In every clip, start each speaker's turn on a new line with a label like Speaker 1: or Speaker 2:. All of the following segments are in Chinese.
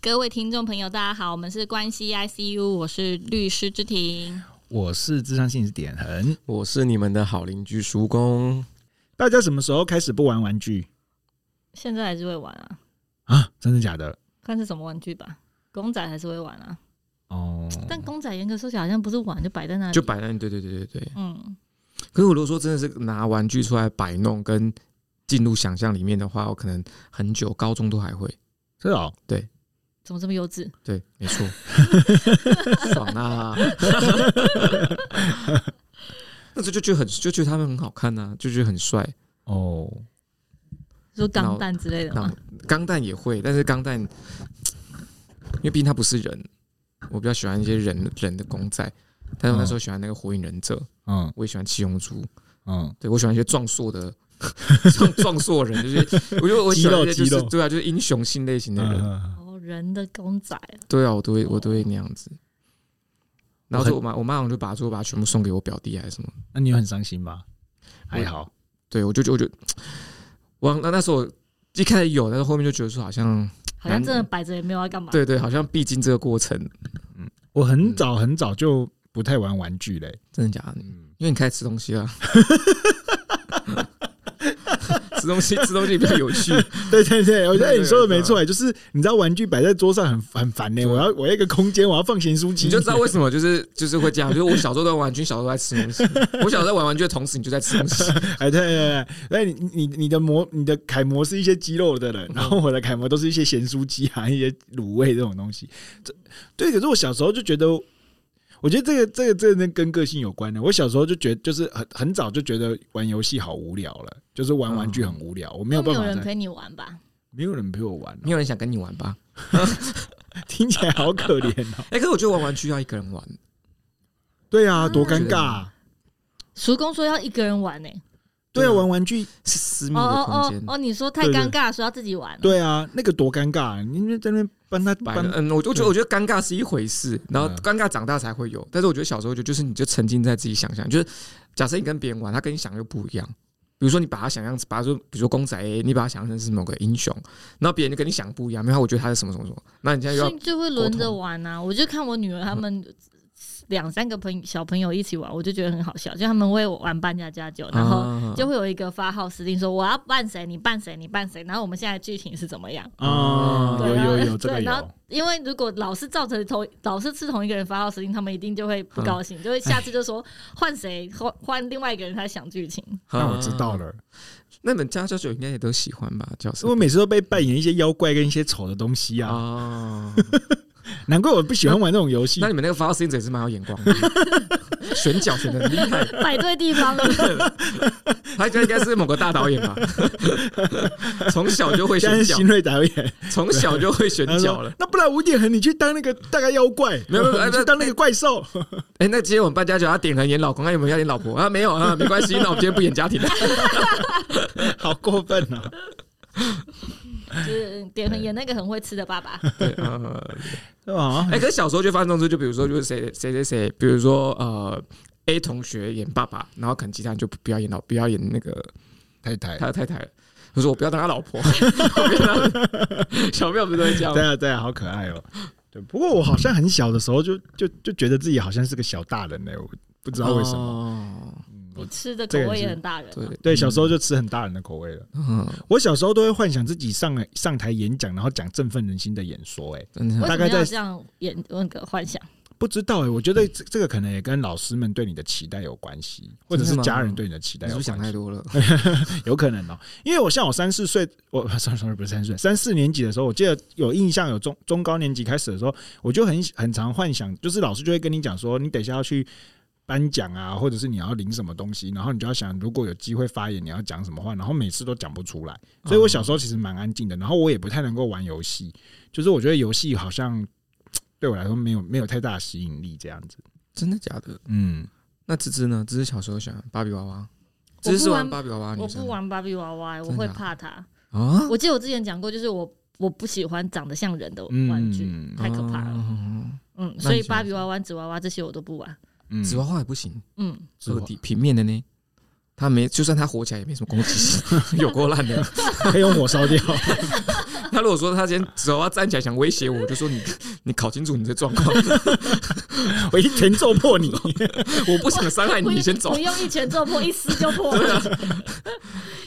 Speaker 1: 各位听众朋友，大家好，我们是关系 ICU，我是律师之庭。
Speaker 2: 我是智商性子点恒。
Speaker 3: 我是你们的好邻居叔公。
Speaker 2: 大家什么时候开始不玩玩具
Speaker 1: 现在还是会玩啊，
Speaker 2: 啊？真的假的？
Speaker 1: 看是什么玩具吧。公仔还是会玩啊，
Speaker 2: 哦，
Speaker 1: 但公仔严格说起来好像不是玩，嗯就摆在那里，
Speaker 3: 就摆烂，对对对对对。
Speaker 1: 嗯，
Speaker 3: 可是我如果说真的是拿玩具出来摆弄，跟进入想象里面的话，我可能很久，高中都还会。
Speaker 2: 是哦，
Speaker 1: 怎么这么幼稚？
Speaker 3: 对，没 错，爽 啊！那时候就觉得很，就觉得他们很好看呐、就觉得很帅。
Speaker 2: 哦，
Speaker 1: 说钢蛋之类的
Speaker 3: 那
Speaker 1: 吗？
Speaker 3: 钢弹也会，但是钢弹，因为毕竟他不是人，我比较喜欢一些人人的公仔。但是我那时候喜欢那个火影忍者，
Speaker 2: 嗯
Speaker 3: 我也喜欢七龙珠，
Speaker 2: 嗯，
Speaker 3: 对我喜欢一些壮硕的，壮 壮硕人，就是我觉得我喜欢一些就
Speaker 2: 肌肉
Speaker 3: 是
Speaker 2: 肌肉
Speaker 3: 对啊，就是英雄性类型的人，
Speaker 2: 嗯
Speaker 1: 哦，人的公仔啊，
Speaker 3: 对啊，我都会我都会那样子。然后就
Speaker 2: 我
Speaker 3: 我妈我妈好像就把最后把它全部送给我表弟还是什么，
Speaker 2: 那你有很伤心吧？还好，
Speaker 3: 对我就我就我那那时候一开始有，但是后面就觉得说好像
Speaker 1: 好像真的摆着也没有要干嘛。
Speaker 3: 对对，好像必经这个过程，
Speaker 2: 我很早很早就不太玩玩具嘞。
Speaker 3: 真的假的？
Speaker 2: 嗯，
Speaker 3: 因为你开始吃东西了。 吃东西，吃东西比较有趣。
Speaker 2: 对对对，我觉得
Speaker 3: 对
Speaker 2: 哎你说的
Speaker 3: 对
Speaker 2: 没错，哎就是你知道玩具摆在桌上很很烦呢。
Speaker 3: 对
Speaker 2: 我要我要一个空间，我要放咸酥鸡，
Speaker 3: 你就知道为什么就是就是会这样，就是我小时候在玩玩具，小时候在吃东西。我小时候在玩玩具的同时，你就在吃东西。
Speaker 2: 哎，对对对，那你你你的模你的楷模是一些肌肉的人，然后我的楷模都是一些咸酥鸡啊，一些卤味这种东西。这对，可是我小时候就觉得，我觉得这个这个这个跟个性有关的。我小时候就觉得，就是很很早就觉得玩游戏好无聊了，就是玩玩具很无聊，我没有
Speaker 1: 都没
Speaker 2: 办
Speaker 1: 有
Speaker 2: 法
Speaker 1: 人
Speaker 2: 再，
Speaker 1: 陪你玩吧？
Speaker 2: 没有人陪我玩、哦
Speaker 3: 没有人想跟你玩吧？
Speaker 2: 听起来好可怜哦。
Speaker 3: 哎、可是我觉得玩玩具要一个人玩，
Speaker 2: 对啊，多尴尬、啊！
Speaker 1: 叔公说要一个人玩呢、
Speaker 2: 对啊，玩玩具，
Speaker 3: 是私密
Speaker 1: 哦
Speaker 3: 的
Speaker 1: 哦
Speaker 3: 空
Speaker 1: 哦
Speaker 3: 间。
Speaker 1: 哦，你说太
Speaker 2: 对对
Speaker 1: 尴尬，说要自己玩、，
Speaker 2: 对啊，那个多尴尬、啊！你在那边帮他
Speaker 3: 摆
Speaker 2: 帮
Speaker 3: 了，嗯，我就我觉得我觉得尴尬是一回事，然后
Speaker 2: 嗯
Speaker 3: 尴尬长大才会有。但是我觉得小时候就就是你就沉浸在自己想象，就是假设你跟别人玩，他跟你想又不一样。比如说你把他想象，把他说，比如说公仔 A，你把他想象成是某个英雄，然后别人就跟你想不一样，没有，我觉得他是什么什么什么，那你现在又
Speaker 1: 所
Speaker 3: 要
Speaker 1: 以就会轮着玩啊。我就看我女儿他们
Speaker 2: 嗯
Speaker 1: 两三个朋友小朋友一起玩，我就觉得很好笑，就他们会玩扮家家酒，然后
Speaker 3: 啊
Speaker 1: 哦就会有一个发号施令说我要扮谁，你扮谁，你扮谁，然后我们现在剧情是怎么样？
Speaker 2: 啊、
Speaker 1: 对
Speaker 2: 有
Speaker 1: 然后
Speaker 2: 有有，这个
Speaker 1: 对然后
Speaker 2: 有。
Speaker 1: 因为如果老是照着同老是吃同一个人发号施令，他们一定就会不高
Speaker 2: 嗯
Speaker 1: 兴，就会下次就 说换谁换换另外一个人他想剧情。
Speaker 2: 那我知道
Speaker 3: 啊
Speaker 2: 了。
Speaker 3: 那你们家教酒应该也都喜欢吧？叫什
Speaker 2: 我
Speaker 3: 么？
Speaker 2: 每次都被扮演一些妖怪跟一些丑的东西啊，
Speaker 3: 哦，
Speaker 2: 难怪我不喜欢玩那种游戏
Speaker 3: 那。你们那个发号施令者也是蛮有眼光 的，选角选的厉害，
Speaker 1: 摆对地方了，
Speaker 3: 他应该应该是某个大导演 吧？从小就会
Speaker 2: 现在
Speaker 3: 选
Speaker 2: 是
Speaker 3: 角，
Speaker 2: 新锐导演，
Speaker 3: 从小就会选
Speaker 2: 他
Speaker 3: 角
Speaker 2: 说
Speaker 3: 了。：“
Speaker 2: 那不然吴点恒，你去当那个大概妖怪，
Speaker 3: 没有没 有
Speaker 2: 你去当那个怪兽。
Speaker 3: 哎、那今天我们扮家酒，他点了演老公，他有没有要演老婆啊？没有啊，没关系，那我们今天不演家庭 了。”
Speaker 2: 好过分 哦！
Speaker 1: 就是点很演那个很会吃的爸爸，
Speaker 2: 嗯
Speaker 3: 对，呃，
Speaker 2: 对吧
Speaker 3: 哎、？可是小时候就发生这种事，就比如说，就是谁谁谁谁，比如说呃，A 同学演爸爸，然后可能其他人就不要演老，不要演那个
Speaker 2: 太太
Speaker 3: 他，的太太了。他说：“我不要当他老婆。我不要当 他”小朋友不是都会这样
Speaker 2: 对
Speaker 3: 吗？
Speaker 2: 啊对啊，好可爱哦。对，不过我好像很小的时候就就就觉得自己好像是个小大人呢，我不知道为什
Speaker 3: 哦
Speaker 2: 么。
Speaker 3: 么。
Speaker 1: 你吃的口
Speaker 2: 这个
Speaker 1: 味
Speaker 2: 也
Speaker 1: 也
Speaker 2: 是
Speaker 1: 很大人啊。
Speaker 3: 对
Speaker 2: 对，小时候就吃很大人的口味了。
Speaker 3: 嗯，
Speaker 2: 我小时候都会幻想自己上上台演讲，然后讲振奋人心的演说，哎，
Speaker 3: 真的
Speaker 1: 为
Speaker 2: 大
Speaker 1: 什
Speaker 2: 概
Speaker 1: 么要
Speaker 2: 在
Speaker 1: 这样演那个幻想？
Speaker 2: 不知道哎、我觉得
Speaker 3: 嗯
Speaker 2: 这这个可能也跟老师们对你的期待有关系，或者是家人对你的期待
Speaker 3: 你是
Speaker 2: 有
Speaker 3: 不是想
Speaker 2: 关
Speaker 3: 太
Speaker 2: 系，
Speaker 3: 多了？
Speaker 1: 哎
Speaker 2: 有可能哦、因为我像我三四岁，我 sorry sorry 不是三四岁，三四年级的时候，我记得有印象，有中中高年级开始的时候，我就很很常幻想，就是老师就会跟你讲说，你等一下要去。颁奖啊，或者是你要领什么东西，然后你就要想，如果有机会发言，你要讲什么话，然后每次都讲不出来，所以我
Speaker 3: 哦
Speaker 2: 小时候其实蛮安静的，然后我也不太能够玩游戏，就是我觉得游戏好像对我来说没有没有太大的吸引力这样子。
Speaker 3: 真的假的？
Speaker 2: 嗯，
Speaker 3: 那芝芝呢？芝芝小时候喜欢芭比娃娃，
Speaker 1: 不
Speaker 3: 芝芝是
Speaker 1: 玩
Speaker 3: 玩芭比娃娃的
Speaker 1: 我
Speaker 3: 女生
Speaker 1: 不玩芭比娃娃、欸，我
Speaker 3: 真
Speaker 1: 会
Speaker 3: 假的
Speaker 1: 怕它。
Speaker 3: 啊，
Speaker 1: 我记得我之前讲过，就是我我不喜欢长得像人的玩具，
Speaker 2: 嗯
Speaker 1: 太可怕了。
Speaker 3: 嗯
Speaker 1: 嗯，
Speaker 3: 喜
Speaker 1: 所
Speaker 3: 欢
Speaker 1: 以芭比娃娃、纸娃娃这些我都不玩。
Speaker 2: 嗯
Speaker 3: 纸娃娃也不行，
Speaker 1: 嗯，
Speaker 3: 只有底平面的呢。 它没，就算它火起来也没什么攻击性，有够烂的。
Speaker 2: 可以用火烧掉，
Speaker 3: 他如果说他今天只要他站起来想威胁我，我就说你你搞清楚你的 状况，
Speaker 2: 我一拳揍破 你。。
Speaker 3: 我不想伤害你，
Speaker 1: 不
Speaker 3: 你
Speaker 1: 用
Speaker 3: 先走
Speaker 1: 不。用一拳揍破，一撕就 破了。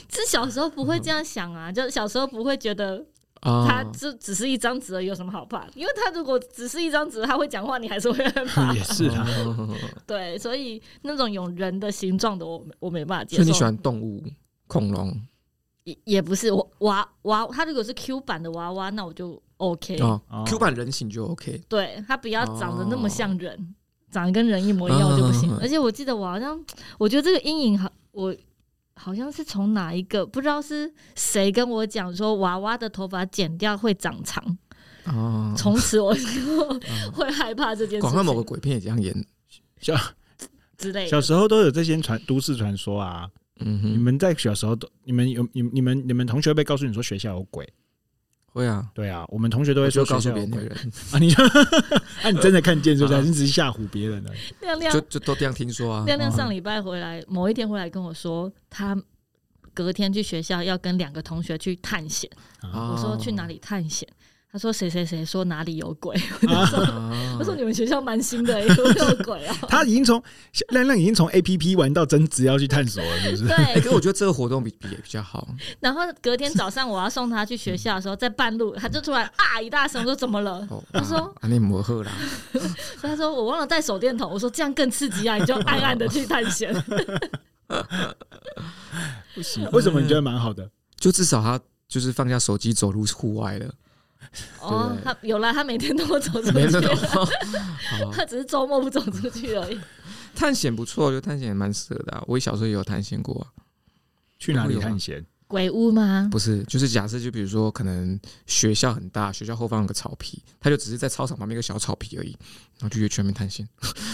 Speaker 1: 是小时候不会这样想
Speaker 3: 嗯
Speaker 1: 啊，就是小时候不会觉得他
Speaker 3: 啊，
Speaker 1: 就只是一张纸而已，有什么好怕？因为他如果只是一张纸，他会讲话，你还是会害怕
Speaker 3: 哎
Speaker 2: 也是啊，
Speaker 3: 哦
Speaker 1: 对，所以那种有人的形状的我，我我没办法接
Speaker 3: 所
Speaker 1: 受。
Speaker 3: 以你喜欢动物，恐龙
Speaker 1: 也也不是我娃娃，他如果是 Q 版的娃娃，那我就 OK。
Speaker 3: 哦
Speaker 2: 哦
Speaker 3: ，Q 版人形就 OK。
Speaker 1: 对他不要长得那么像人，长得跟人一模一样我就不行。
Speaker 3: 嗯嗯嗯
Speaker 1: 而且我记得我好像，我觉得这个阴影好，我好像是从哪一个不知道是谁跟我讲说，娃娃的头发剪掉会长长，
Speaker 3: 哦，
Speaker 1: 从此我就 会害怕这件事
Speaker 3: 嗯广告某个
Speaker 1: 情
Speaker 3: 鬼片也这样演。
Speaker 2: 小
Speaker 1: 之类
Speaker 2: 小
Speaker 1: 的。
Speaker 2: 时候都有这些传都市传说啊。
Speaker 3: 嗯
Speaker 2: 你
Speaker 3: 哼，
Speaker 2: 们在小时候都，你们有你们你们你们同学被告诉你说学校有鬼？
Speaker 3: 会啊，
Speaker 2: 对啊，我们同学都
Speaker 3: 我
Speaker 2: 会
Speaker 3: 就
Speaker 2: 说
Speaker 3: 告
Speaker 2: 学校
Speaker 3: 诉别
Speaker 2: 有
Speaker 3: 人的
Speaker 2: 鬼
Speaker 3: 人，
Speaker 2: 啊，你就啊，你真的看见是不是？
Speaker 3: 啊
Speaker 2: 还是只是吓唬别人而已？
Speaker 1: 亮亮
Speaker 3: 就就都这样听说啊。
Speaker 1: 亮亮上礼拜回来，某一天回来跟我说，他隔天去学校要跟两个同学去探险。
Speaker 3: 啊
Speaker 1: 我说去哪？里探险？他说谁谁谁说哪里有鬼？
Speaker 3: 啊
Speaker 1: 我说你们学校蛮新的、欸，有没有鬼 啊？
Speaker 2: 他已经从亮亮已经从 A P P 玩到真只要去探索了，是不是？
Speaker 3: 哎，
Speaker 1: 对，
Speaker 3: 可是我觉得这个活动比比比较好。
Speaker 1: 然后隔天早上我要送他去学校的时候，在半路他就突然啊一大声，我说怎么了？
Speaker 3: 哦，
Speaker 1: 我说
Speaker 3: 啊啊你磨合啦，
Speaker 1: 所以他说我忘了带手电筒。我说这样更刺激啊，你就暗暗的去探险。
Speaker 3: 不行
Speaker 2: 为什么你觉得蛮好的？
Speaker 3: 就至少他就是放下手机走入户外了，
Speaker 1: 哦，他有啦，他每天都会走出
Speaker 3: 没
Speaker 1: 去
Speaker 3: 那，种。 好
Speaker 1: 他只是周末不走出去而已。
Speaker 3: 探险不错，就探险也蛮适合的、啊。我小时候也有探险过、啊，
Speaker 2: 去哪里探险？
Speaker 1: 鬼屋吗？
Speaker 3: 不是，就是假设就比如说，可能学校很大，学校后方有个草皮，他就只是在操场旁边一个小草皮而已，然后就约去那边探险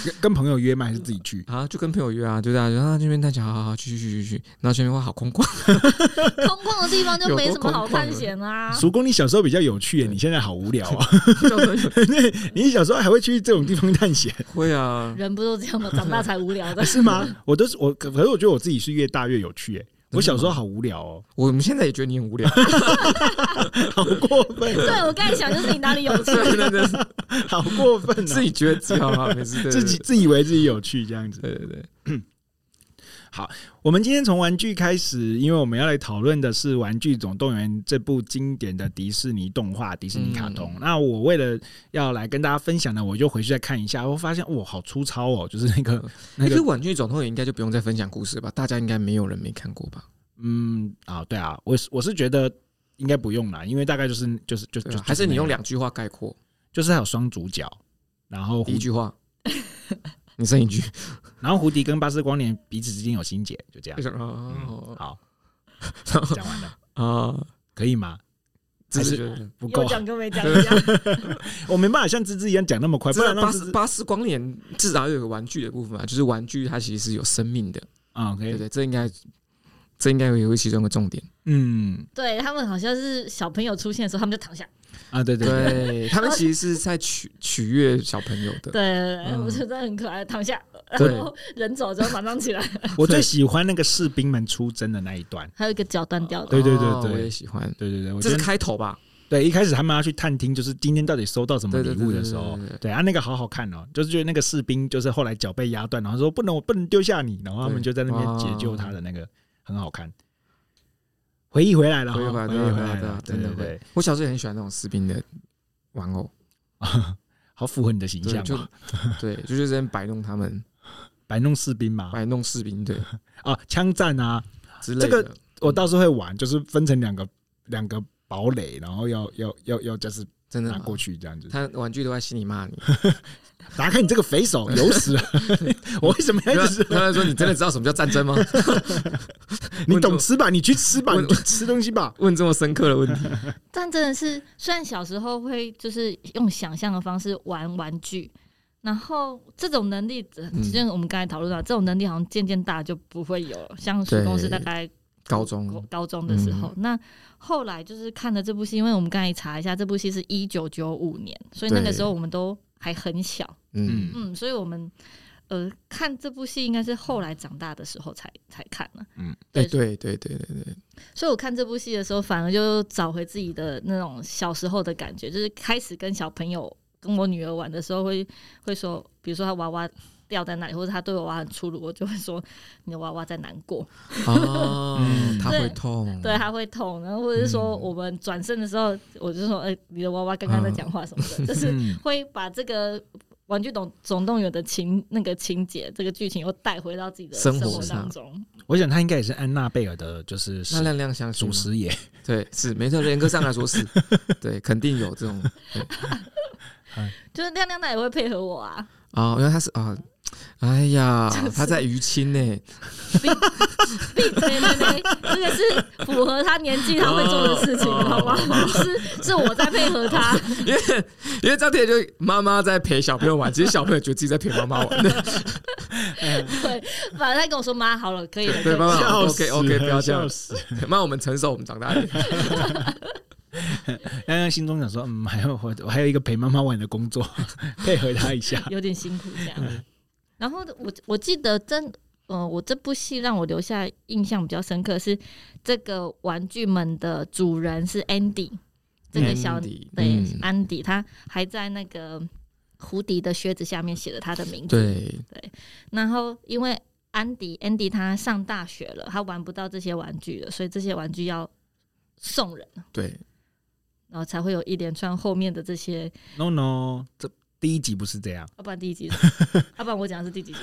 Speaker 2: 跟跟朋友约吗？还是自己去？
Speaker 3: 啊，就跟朋友约啊，就大家就啊这边探险，好好好，去去去去去，然后前面哇好空旷，
Speaker 1: 空旷的地方就没什么好探险啊。
Speaker 2: 叔公，你小时候比较有趣耶，你现在好无聊啊！
Speaker 3: 叫朋友
Speaker 2: 你小时候还会去这种地方探险
Speaker 3: 会啊，
Speaker 1: 人不都这样吗？长大才无聊 的。
Speaker 2: 是吗？我都是我，可可是我觉得我自己是越大越有趣耶。我小时候好无聊哦，
Speaker 3: 我们现在也觉得你很无 聊，
Speaker 2: 好过 分
Speaker 1: 对，我刚才想就是你哪里有 趣，
Speaker 3: 真的真的
Speaker 2: 好过分
Speaker 3: 自
Speaker 2: 啊！
Speaker 3: 己觉得自己好吗？没 事，对
Speaker 2: 自己自以为自己有趣这样子。
Speaker 3: 对对对对，
Speaker 2: 我们今天从玩具开始，因为我们要来讨论的是《玩具总动员》这部经典的迪士尼动画、迪士尼卡通。
Speaker 3: 嗯
Speaker 2: 那我为了要来跟大家分享呢，我就回去再看一下，我发现哇，好粗糙哦，就是那个那
Speaker 3: 那个
Speaker 2: 个，
Speaker 3: 婉君总统也应该就不用再分享故事吧？大家应该没有人没看过吧？
Speaker 2: 嗯啊，对啊，我是我是觉得应该不用啦，因为大概就是就是就
Speaker 3: 对
Speaker 2: 就
Speaker 3: 啊，还是你用
Speaker 2: 两，
Speaker 3: 两句话概括？
Speaker 2: 就是还有双主角，然后
Speaker 3: 第一
Speaker 2: 胡
Speaker 3: 句 话，你剩一 句，
Speaker 2: 然后胡迪跟巴斯光年彼此之间有心结，就这样。
Speaker 3: 哦
Speaker 2: 好，讲完了，
Speaker 3: 啊，
Speaker 2: 可以吗？
Speaker 3: 只
Speaker 2: 还是
Speaker 3: 是觉呃得
Speaker 2: 不
Speaker 1: 有
Speaker 2: 够，
Speaker 1: 讲跟没 讲一样。
Speaker 2: 我没办法像芝芝一样讲那么快，不
Speaker 3: 至少
Speaker 2: 然
Speaker 3: 巴
Speaker 2: 让
Speaker 3: 斯
Speaker 2: 芝芝
Speaker 3: 巴斯光年至少要有个玩具的部分嘛，啊就是玩具它其实是有生命的，
Speaker 2: 啊，可
Speaker 3: 对不
Speaker 2: 以，
Speaker 3: 对？这应该这应该也会其中一个重点。
Speaker 2: 嗯。
Speaker 1: 对他们好像是小朋友出现的时候，他们就躺下。
Speaker 2: 啊，对对对，
Speaker 3: 对他们其实是在取取悦小朋友
Speaker 1: 对对
Speaker 3: 的，
Speaker 1: 对，
Speaker 3: 嗯
Speaker 1: 我觉得很可爱，躺下，
Speaker 3: 对
Speaker 1: 然后人走之后马上起来。
Speaker 2: 我最喜欢那个士兵们出征的那一段。
Speaker 1: 还有一个脚断掉的，
Speaker 2: 对对对
Speaker 3: 哦
Speaker 2: 对
Speaker 3: 我也喜欢。
Speaker 2: 对对对，我
Speaker 3: 这
Speaker 2: 觉
Speaker 3: 是
Speaker 2: 得
Speaker 3: 开头吧？
Speaker 2: 对一开始他们要去探听，就是今天到底收到什么
Speaker 3: 对
Speaker 2: 礼
Speaker 3: 对
Speaker 2: 物
Speaker 3: 对
Speaker 2: 的
Speaker 3: 对
Speaker 2: 时候
Speaker 3: 对对，对
Speaker 2: 对啊，那个好好看哦，就是觉得那个士兵就是后来脚被压断，然后说不能我不能丢下你，然后他们
Speaker 3: 对
Speaker 2: 就在那边
Speaker 3: 哦
Speaker 2: 解救他的那个很好看。回忆回来了哈，
Speaker 3: 回忆回来，
Speaker 2: 回
Speaker 3: 对
Speaker 2: 忆
Speaker 3: 啊
Speaker 2: 回
Speaker 3: 对啊
Speaker 2: 来了
Speaker 3: 对啊，，
Speaker 2: 对
Speaker 3: 真的
Speaker 2: 对
Speaker 3: 会
Speaker 2: 对，。
Speaker 3: 我小时候也很喜欢那种士兵的玩偶，
Speaker 2: 好符合你的形
Speaker 3: 对，
Speaker 2: 象
Speaker 3: 就
Speaker 2: 嘛，
Speaker 3: 对，就是在摆弄他们，
Speaker 2: 摆弄士兵嘛，
Speaker 3: 摆弄士兵对
Speaker 2: 啊，枪战啊，
Speaker 3: 之类的。
Speaker 2: 这个我倒是会玩，就是分成两个两个堡垒，然后要要要要就是
Speaker 3: 真的
Speaker 2: 拿过去这样子。
Speaker 3: 他玩具都在心里骂你，
Speaker 2: 打开你这个肥手，有屎！ 我为什么要一直说？
Speaker 3: 他说：“你真的知道什么叫战争吗
Speaker 2: 你懂吃吧？你去吃吧，
Speaker 3: 我。
Speaker 2: 你去吃东西吧？”
Speaker 3: 问这么深刻的问题，
Speaker 1: 但真的是，虽然小时候会就是用想象的方式玩玩具，然后这种能力，呃
Speaker 3: 嗯
Speaker 1: 就像我们刚才讨论到，这种能力好像渐渐大就不会有了。像是公司
Speaker 3: 对嗯
Speaker 1: 大概
Speaker 3: 高中
Speaker 1: 高中的时候，那后来就是看了这部戏，因为我们刚才查一下，这部戏是一九九五年，所以那个
Speaker 3: 对
Speaker 1: 时候我们都还很小，
Speaker 3: 嗯
Speaker 2: 嗯
Speaker 1: 嗯，所以我们呃，看这部戏应该是后来长大的时候才才看了、
Speaker 2: 嗯，
Speaker 3: 哎、
Speaker 1: 对
Speaker 3: 对对对对对，
Speaker 1: 所以我看这部戏的时候，反而就找回自己的那种小时候的感觉，就是开始跟小朋友、跟我女儿玩的时候会，会说，比如说她娃娃掉在那里，或者她对我娃很粗鲁，我就会说你的娃娃在难过，
Speaker 3: 哦
Speaker 2: 嗯，
Speaker 3: 他会
Speaker 1: 对
Speaker 3: 痛，
Speaker 1: 对，她会痛，然后或者是
Speaker 3: 嗯
Speaker 1: 说我们转身的时候，我就说，哎、你的娃娃刚刚在讲话什么 的，就是
Speaker 2: 嗯
Speaker 1: 会把这个。玩具总总动员的情那个情节，这个剧情又带回到自己的
Speaker 3: 生
Speaker 1: 生
Speaker 3: 活
Speaker 1: 活
Speaker 3: 上
Speaker 1: 当中。
Speaker 2: 我想他应该也是安娜贝尔的，就是
Speaker 3: 那亮亮相信
Speaker 2: 祖
Speaker 3: 吗
Speaker 2: 师爷。
Speaker 3: 对，是没错，严格上来 说是，对，肯定有这种
Speaker 1: 就是亮亮她也会配合我啊，
Speaker 3: 啊，因为他是啊，哎呀
Speaker 1: 就，是
Speaker 3: 他在淤青呢，
Speaker 1: 对对对，这个是符合他年纪他会做的事情，
Speaker 3: 哦
Speaker 1: 好吗？是是我在配合他，
Speaker 3: 因为因为张铁就妈妈在陪小朋友 玩，其实小朋友觉得自己在陪妈妈 玩，
Speaker 1: 对，反正他跟我说妈好了，可以了，可以
Speaker 3: 对，妈
Speaker 1: 了。
Speaker 3: 妈
Speaker 2: 笑死
Speaker 3: OK OK，
Speaker 2: 了
Speaker 3: 嗯不要这样
Speaker 2: 笑，死
Speaker 3: 妈我们承受，我们长大一点，
Speaker 2: 安娜心中想说，嗯， 还有我我还有一个陪妈妈玩的工作， 配合她一 下。
Speaker 1: 有点辛苦这
Speaker 3: 嗯
Speaker 1: 样。 然后我我记得真。呃，我这部戏让我留下印象比较深刻是这个玩具们的主人是 Andy，这个小
Speaker 3: Andy，
Speaker 1: 对
Speaker 3: 嗯
Speaker 1: 安迪，他还在那个胡迪的靴子下面写了他的名字，
Speaker 3: 对，
Speaker 1: 然后因为安迪安迪他上大学了，他玩不到这些玩具了，所以这些玩具要送人，
Speaker 3: 对，
Speaker 1: 然后才会有一连串后面的这些。啊
Speaker 2: No No，这第一集不是这样，
Speaker 1: 要、不然第一集， 要、啊不然我讲的是第几集？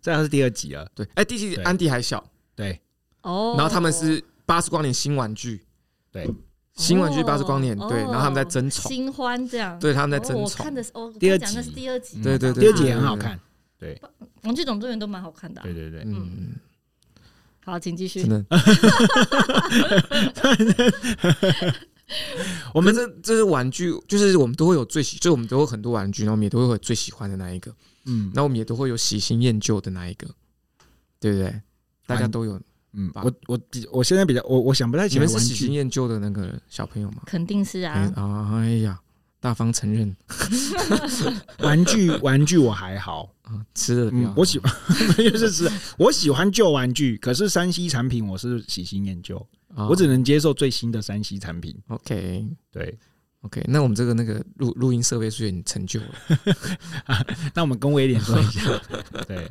Speaker 2: 这要是第二集了。
Speaker 3: 对，哎，第七集
Speaker 2: 对
Speaker 3: 安迪还小，
Speaker 2: 对，
Speaker 1: 哦，
Speaker 3: 然后他们是八十光年新玩具，
Speaker 2: 对，
Speaker 3: 新玩具八十光年，
Speaker 1: 哦
Speaker 3: 对，然后他们在争宠，
Speaker 1: 新欢这样。
Speaker 3: 对，他们在
Speaker 1: 哦
Speaker 3: 争
Speaker 1: 我
Speaker 3: 宠
Speaker 1: 看，的是哦，我
Speaker 2: 第二
Speaker 1: 刚讲的是
Speaker 2: 集
Speaker 1: 第二集，
Speaker 3: 对对对
Speaker 2: 第二集也很好看。
Speaker 1: 玩具总动员都蛮好看的啊、
Speaker 2: 对对对，
Speaker 3: 嗯，
Speaker 1: 好，请继续
Speaker 3: 真。的，
Speaker 2: 我
Speaker 3: 我
Speaker 2: 们
Speaker 3: 们这这是玩具，就是我们都会有最喜，就是我们都会有很多玩具，然后我们也都会有最喜欢的那一个，
Speaker 2: 嗯
Speaker 3: 那我们也都会有喜新厌旧的那一个，对不对？大家都有，
Speaker 2: 嗯，我我我现在比较我我想不太
Speaker 3: 你
Speaker 2: 起来
Speaker 3: 们是
Speaker 2: 玩
Speaker 3: 喜新
Speaker 2: 具。
Speaker 3: 厌旧的那个小朋友吗？
Speaker 1: 肯定是啊，
Speaker 3: 哎啊，哎呀，大方承认
Speaker 2: 玩具玩具我还好，
Speaker 3: 啊，吃了不要
Speaker 2: 嗯，我喜欢 就是是，我喜欢旧玩具，可是山西产品我是喜新厌旧，
Speaker 3: 啊
Speaker 2: 我只能接受最新的山西产品。
Speaker 3: OK。
Speaker 2: 对，
Speaker 3: OK，那我们这个那个录录音设备是有点陈旧了，
Speaker 2: 那我们跟威廉说一 下。对，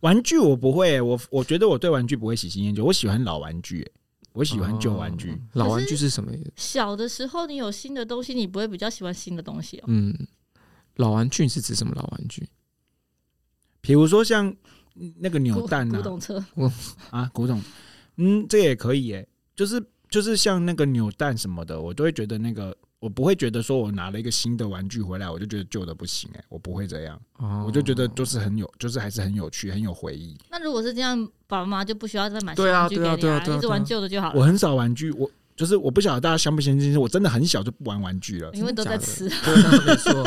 Speaker 2: 玩具我不会、我我觉得我对玩具不会喜新厌旧，我喜欢老玩具、欸我喜欢旧玩具。
Speaker 3: 哦老玩具是什么？
Speaker 1: 小的时候你有新的东西，你不会比较喜欢新的东西哦。
Speaker 3: 嗯，老玩具是指什么老玩具？
Speaker 2: 比如说像那个扭
Speaker 1: 古
Speaker 2: 蛋
Speaker 1: 古
Speaker 2: 啊，
Speaker 1: 董车，
Speaker 2: 啊，古董，嗯，这也可以耶、就是就是像那个扭蛋什么的，我都会觉得那个，我不会觉得说我拿了一个新的玩具回来，我就觉得旧的不行哎、我不会这样，
Speaker 3: 哦
Speaker 2: 我就觉得就是很有，就是还是很有趣，很有回忆。
Speaker 1: 那如果是这样，爸爸妈妈就不需要再买新
Speaker 3: 对啊
Speaker 1: 玩具给你
Speaker 3: 对啊对啊对啊
Speaker 1: 一直玩旧的就好
Speaker 2: 我
Speaker 1: 了，
Speaker 2: 很少玩具，我就是我不晓得大家相不相信，我真的很小就不玩玩 具了。
Speaker 1: 因为都在吃。
Speaker 3: 对啊 没错，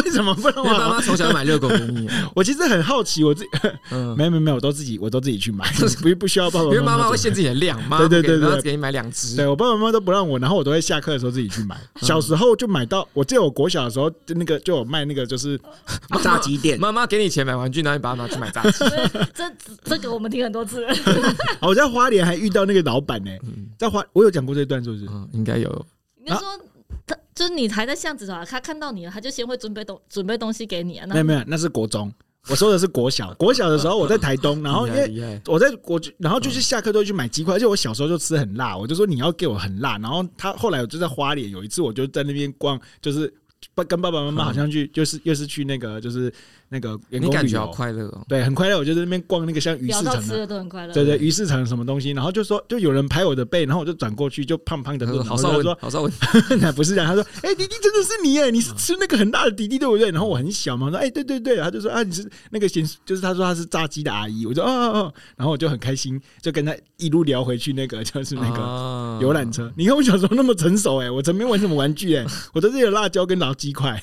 Speaker 2: 为什么不能
Speaker 3: 因为爸
Speaker 2: 玩？
Speaker 3: 妈从小买热狗给你，
Speaker 2: 我其实很好奇，我自己
Speaker 3: 啊嗯，
Speaker 2: 没有没有没有，我都自己我都自己去买，不不需要爸爸
Speaker 3: 因为妈妈
Speaker 2: 准
Speaker 3: 会
Speaker 2: 备
Speaker 3: 限制你的量，妈
Speaker 2: 对对对
Speaker 3: 不给你
Speaker 2: 对
Speaker 3: 然后给你买两只
Speaker 2: 对，我爸爸妈妈都不让我，然后我都会下课的时候自己去买。小时候就买到，我记得我国小的时候，就那个就有卖那个就是炸鸡店，
Speaker 3: 妈妈给你钱买玩具，然后你把它拿去 买炸鸡。
Speaker 1: 这这个我们听很多次 了，
Speaker 2: 啊我在花莲还遇到那个老板呢、
Speaker 3: 嗯
Speaker 2: 在花我有讲过这段是不是？
Speaker 3: 嗯，应该有。
Speaker 1: 你就说他就是你还在巷子啊，他看到你了，他就先会准备东准备东西给你啊。
Speaker 2: 没
Speaker 1: 那
Speaker 2: 有没有，那是国中，我说的是国小。国小的时候我在台东，然后因
Speaker 3: 厉害
Speaker 2: 为。
Speaker 3: 厉害
Speaker 2: 我在国，然后就是
Speaker 3: 嗯
Speaker 2: 下课都会去买鸡块，而且我小时候就吃很辣，我就说你要给我很辣。然后他后来我就在花莲，有一次我就在那边逛，就是爸跟爸爸妈妈好像去，就是又是去那个就是那个员
Speaker 3: 嗯你
Speaker 2: 工
Speaker 3: 感
Speaker 2: 旅
Speaker 3: 觉好
Speaker 2: 游，
Speaker 3: 快乐哦。
Speaker 2: 对，很快乐。我就在那边逛那个像鱼
Speaker 1: 聊
Speaker 2: 市
Speaker 1: 到
Speaker 2: 场啊
Speaker 1: 吃
Speaker 2: 的，
Speaker 1: 的都很快乐。
Speaker 2: 对对，鱼市场什么东西，然后就说就有人拍我的背，然后我就转过去，就胖胖的
Speaker 3: 他
Speaker 2: 顿
Speaker 3: 说
Speaker 2: 头，然
Speaker 3: 好少
Speaker 2: 后他
Speaker 3: 文，
Speaker 2: 说
Speaker 3: 好少 文，
Speaker 2: 那不是这样，他说哎、迪迪真的是你哎，你是吃那个很大的迪迪对不对？然后我很小嘛，我说哎、对对对，他就说啊你是那个咸，就是他说他是炸鸡的阿姨，我说哦哦哦，然后我就很开心，就跟他一路聊回去那个就是那个。
Speaker 3: 个
Speaker 2: 游览车，你看我小时候那么成熟哎、我曾没玩什么玩具哎、我都是有辣椒跟老鸡块，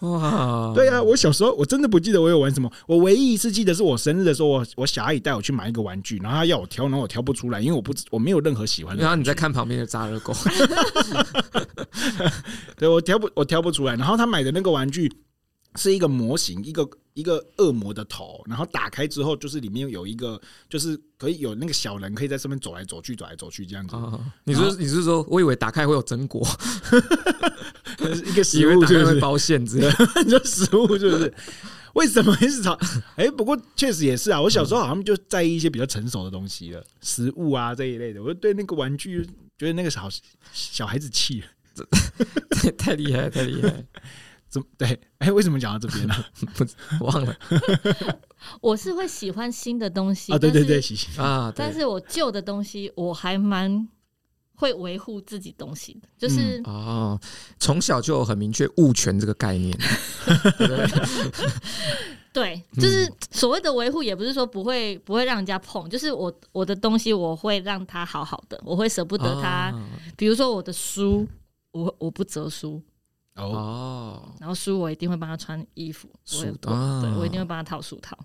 Speaker 3: 哇，
Speaker 2: 对啊，我小时候我真的不记得我有玩什么，我唯一一次记得是我生日的时候，我我小阿姨带我去买一个玩具，然后她要我挑，然后我挑不出来，因为我不知我没有任何喜欢的，
Speaker 3: 然后你在看旁边的炸热 狗，
Speaker 2: 对我挑不我挑不出来，然后她买的那个玩具。是一个模型，一个一个恶魔的头，然后打开之后，就是里面有一个，就是可以有那个小人可以在上面走来走去，走来走去这样子，
Speaker 3: 啊，你是你是说，我以为打开会有榛果，
Speaker 2: 一 个
Speaker 3: 以
Speaker 2: 食
Speaker 3: 为
Speaker 2: 物
Speaker 3: 打
Speaker 2: 是
Speaker 3: 开
Speaker 2: 不是
Speaker 3: 会？包馅之类的。
Speaker 2: 你说食物是不是？为什么一直吵？哎、不过确实也是啊。我小时候好像就在意一些比较成熟的东西了，食物啊这一类的。我就对那个玩具觉得那个小小孩子气，
Speaker 3: 太 太厉害，太厉害，
Speaker 2: 怎么对？哎、为什么讲到这边呢、
Speaker 3: 忘了
Speaker 1: 我是会喜欢新的东西，
Speaker 2: 啊？对对对，
Speaker 1: 但是
Speaker 2: 喜喜
Speaker 3: 啊。对
Speaker 1: 但是我旧的东西我还蛮会维护自己东西的，就是
Speaker 3: 哦，从小就有很明确物权这个概 念，对不对？
Speaker 1: 对，
Speaker 3: 嗯
Speaker 1: 就是所谓的维护，也不是说不会不会让人家碰，就是我我的东西我会让它好好的，我会舍不得它。
Speaker 3: 啊
Speaker 1: 比如说我的书，我我不折书，
Speaker 3: 哦
Speaker 2: 哦，
Speaker 3: 哦，
Speaker 1: 然后书我一定会帮他穿衣服，我
Speaker 3: 书
Speaker 1: 我
Speaker 3: 啊，
Speaker 1: 对我一定会帮他套书套。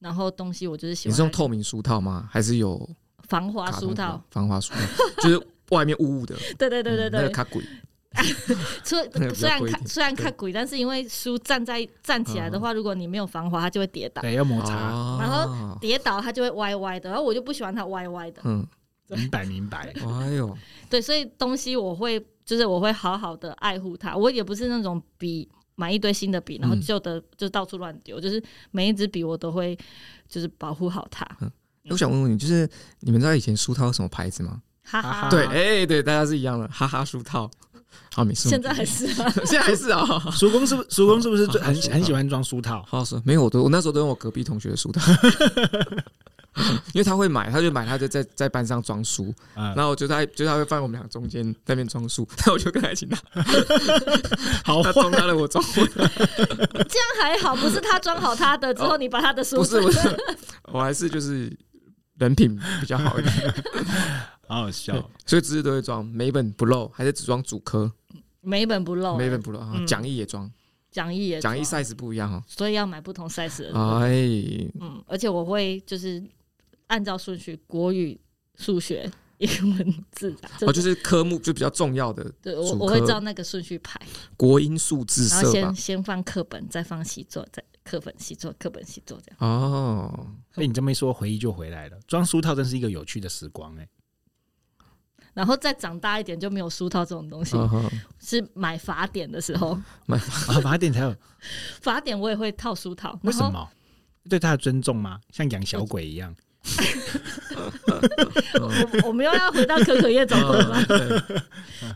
Speaker 1: 然后东西我就是喜
Speaker 3: 你是用
Speaker 1: 欢
Speaker 3: 透明书套吗？还是有
Speaker 1: 防滑
Speaker 3: 卡通
Speaker 1: 书
Speaker 3: 的
Speaker 1: 套，
Speaker 3: 防滑书套，就是外面雾雾的，
Speaker 1: 对对对对
Speaker 3: 嗯那个
Speaker 1: 对。
Speaker 3: 卡鬼
Speaker 1: 虽
Speaker 3: 那个比较
Speaker 1: 虽然
Speaker 3: 贵一
Speaker 1: 看
Speaker 3: 点嗯
Speaker 1: 虽然看鬼，但是因为书站在站起来的话，如果你没有防滑，它就会跌倒，
Speaker 2: 对，要摩
Speaker 3: 哦
Speaker 2: 擦，
Speaker 1: 然
Speaker 3: 后
Speaker 1: 跌倒它就会歪歪的，然后我就不喜欢它歪歪的。
Speaker 3: 嗯，
Speaker 2: 明白明白。
Speaker 3: 哎呦，
Speaker 1: 对，所以东西我会就是我会好好的爱护它，我也不是那种笔买一堆新的笔，然后
Speaker 3: 嗯
Speaker 1: 旧的就到处乱丢，就是每一支笔我都会就是保护好它。
Speaker 3: 嗯我想问问你，就是你们知道以前书套是什么牌子吗？
Speaker 1: 哈哈，
Speaker 3: 对，哎，对，大家是一样的，哈哈书套。好，没事，
Speaker 1: 现在还是吗？
Speaker 3: 现在还是啊。
Speaker 2: 叔公是不叔公是不是最
Speaker 3: 好
Speaker 2: 很
Speaker 3: 书套
Speaker 2: 很喜欢装书套？
Speaker 3: 好好说，没有，我都我那时候都用我隔壁同学的书套，因为他会买，他就买，他就在在班上装书，
Speaker 2: 啊，
Speaker 3: 然后我就在就他会放在我们俩中间那边装书，然后我就跟他一起拿，
Speaker 2: 好
Speaker 3: 他装他的，我装我的，
Speaker 1: 这样还好，不是他装好他的之后，你把他的书
Speaker 3: 哦不是不是，我还是就是人品比较好一点，
Speaker 2: 好好 笑。
Speaker 3: 所以知识都会装，每一本不漏，还是只装主科，
Speaker 1: 每一本不漏，
Speaker 3: 每一本不漏，啊
Speaker 1: 嗯
Speaker 3: 讲义也装，
Speaker 1: 讲义也
Speaker 3: 讲义
Speaker 1: 装
Speaker 3: size 不一样哦。
Speaker 1: 所以要买不同 size 的。
Speaker 3: 哎，
Speaker 1: 嗯，而且我会就是按照顺序，国语、数学、英文、自然，
Speaker 3: 哦，就是科目就比较重要的
Speaker 1: 对我
Speaker 3: 主
Speaker 1: 我会
Speaker 3: 科
Speaker 1: 照那个顺序排，
Speaker 3: 国音数字
Speaker 1: 然后
Speaker 3: 社吧
Speaker 1: 先。先放课本，再放习作，再课本习作，课本习作这样。
Speaker 3: 哦，
Speaker 2: 哎被你这么一说，回忆就回来了。装书套真是一个有趣的时光哎。
Speaker 1: 然后再长大一点就没有书套这种东西，
Speaker 3: 嗯哼
Speaker 1: 是买法典的时 候，
Speaker 2: 啊，法典才有
Speaker 1: 法典我也会套书套。
Speaker 2: 为什
Speaker 1: 然后
Speaker 2: 么？对他的尊重吗？像养小鬼一样？
Speaker 1: 我我们又要回到可可夜总会 吗？
Speaker 3: 嗯对